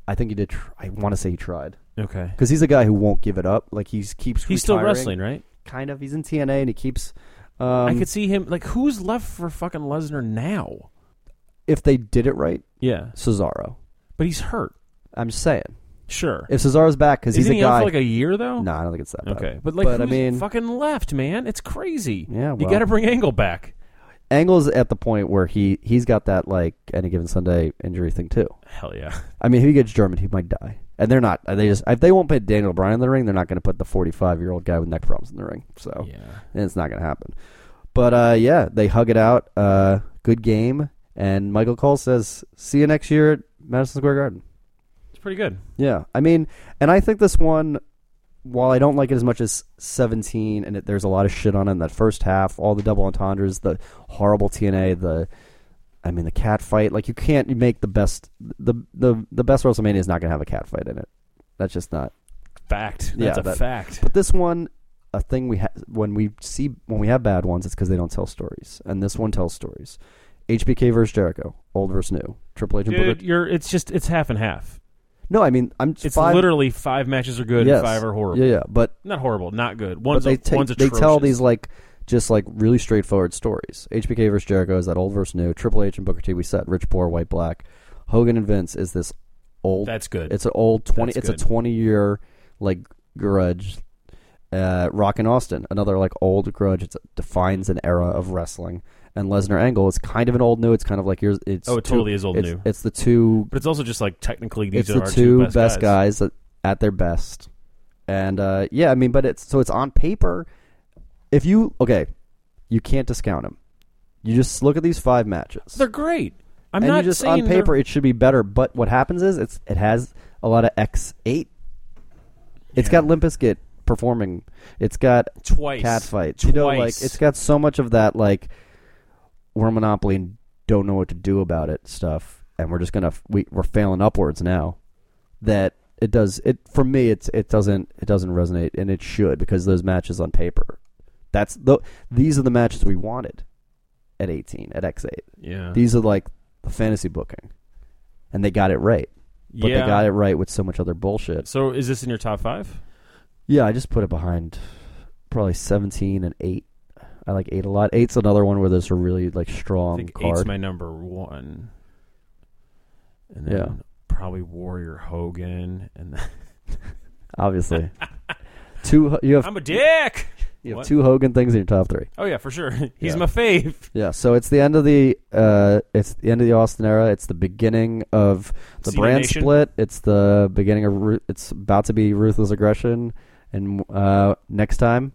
I think he did. Tr- I want to say he tried Okay. because he's a guy who won't give it up. Like he's keeps He's still retiring, wrestling, right? Kind of. He's in TNA and he keeps. Um, I could see him. Like, who's left for fucking Lesnar now? if they did it right, Yeah. Cesaro. But he's hurt. I'm just saying, Sure. if Cesaro's back because he's Isn't a he out guy. for like a year, though? no, I don't think it's that bad. Okay. But, like, But, I who's mean- fucking left, man? It's crazy. Yeah, you well. got to bring Angle back. Angle's at the point where he he's got that like any given Sunday injury thing too. Hell yeah. I mean, if he gets German, he might die. And they're not. They just if they won't put Daniel Bryan in the ring, they're not going to put the 45 year old guy with neck problems in the ring. So Yeah. and it's not going to happen. But uh, yeah, they hug it out. Uh, good game. And Michael Cole says, "See you next year at Madison Square Garden." It's pretty good. Yeah, I mean, and I think this one, while I don't like it as much as 17, and it, there's a lot of shit on it in that first half, all the double entendres, the horrible TNA, the, I mean, the cat fight. Like you can't make the best the the the best WrestleMania is not gonna have a cat fight in it. That's just not. Fact. Yeah, That's a that- fact. But this one, a thing we ha- when we see when we have bad ones, it's because they don't tell stories, and this one tells stories. HBK versus Jericho, old versus new, Triple H and Booker. Dude, you're, it's just, it's half and half. No, I mean I'm It's five, literally five matches are good yes. and five are horrible. Yeah, yeah, but Not horrible, not good. but One's, they a, take, one's they tell atrocious. these like just like really straightforward stories. HBK versus Jericho is that old versus new. Triple H and Booker T we said rich poor white black. Hogan and Vince is this old. That's good. it's an old twenty. it's That's a good. twenty year like grudge. Uh, Rock and Austin, another like old grudge. It defines an era of wrestling. And Lesnar Angle is kind of an old new. It's kind of like yours. It's Oh, it two- totally is old it's- new. It's the two But it's also just like technically these it's are the our two, best, best guys, that, at their best, and uh, yeah, I mean, but it's so it's on paper. If you okay, you can't discount them. You just look at these five matches. They're great. I'm and not you just saying on paper they're- it should be better, but what happens is it's it has a lot of X eight. It's got Limp Bizkit performing. It's got twice cat fights. Twice. You know, like it's got so much of that like we're monopoly and don't know what to do about it stuff, and we're just gonna f- we we're failing upwards now. That it does it for me. It's it doesn't it doesn't resonate, and it should because those matches on paper. That's the these are the matches we wanted at eighteen at X eight. yeah. These are like the fantasy booking, and they got it right. But yeah. they got it right with so much other bullshit. So is this in your top five? Yeah, I just put it behind probably 17 and 8. I like 8 a lot. 8's another one where there's a really like I strong think card. eight's my number one, and then Yeah. probably Warrior Hogan, and then Obviously, two. You have I'm a dick. you have What? two Hogan things in your top three. Oh yeah, for sure. He's Yeah. my fave. Yeah, so it's the end of the uh, it's the end of the Austin era. It's the beginning of the Cena brand Nation. split. It's the beginning of Ru- it's about to be ruthless aggression. And uh, next time,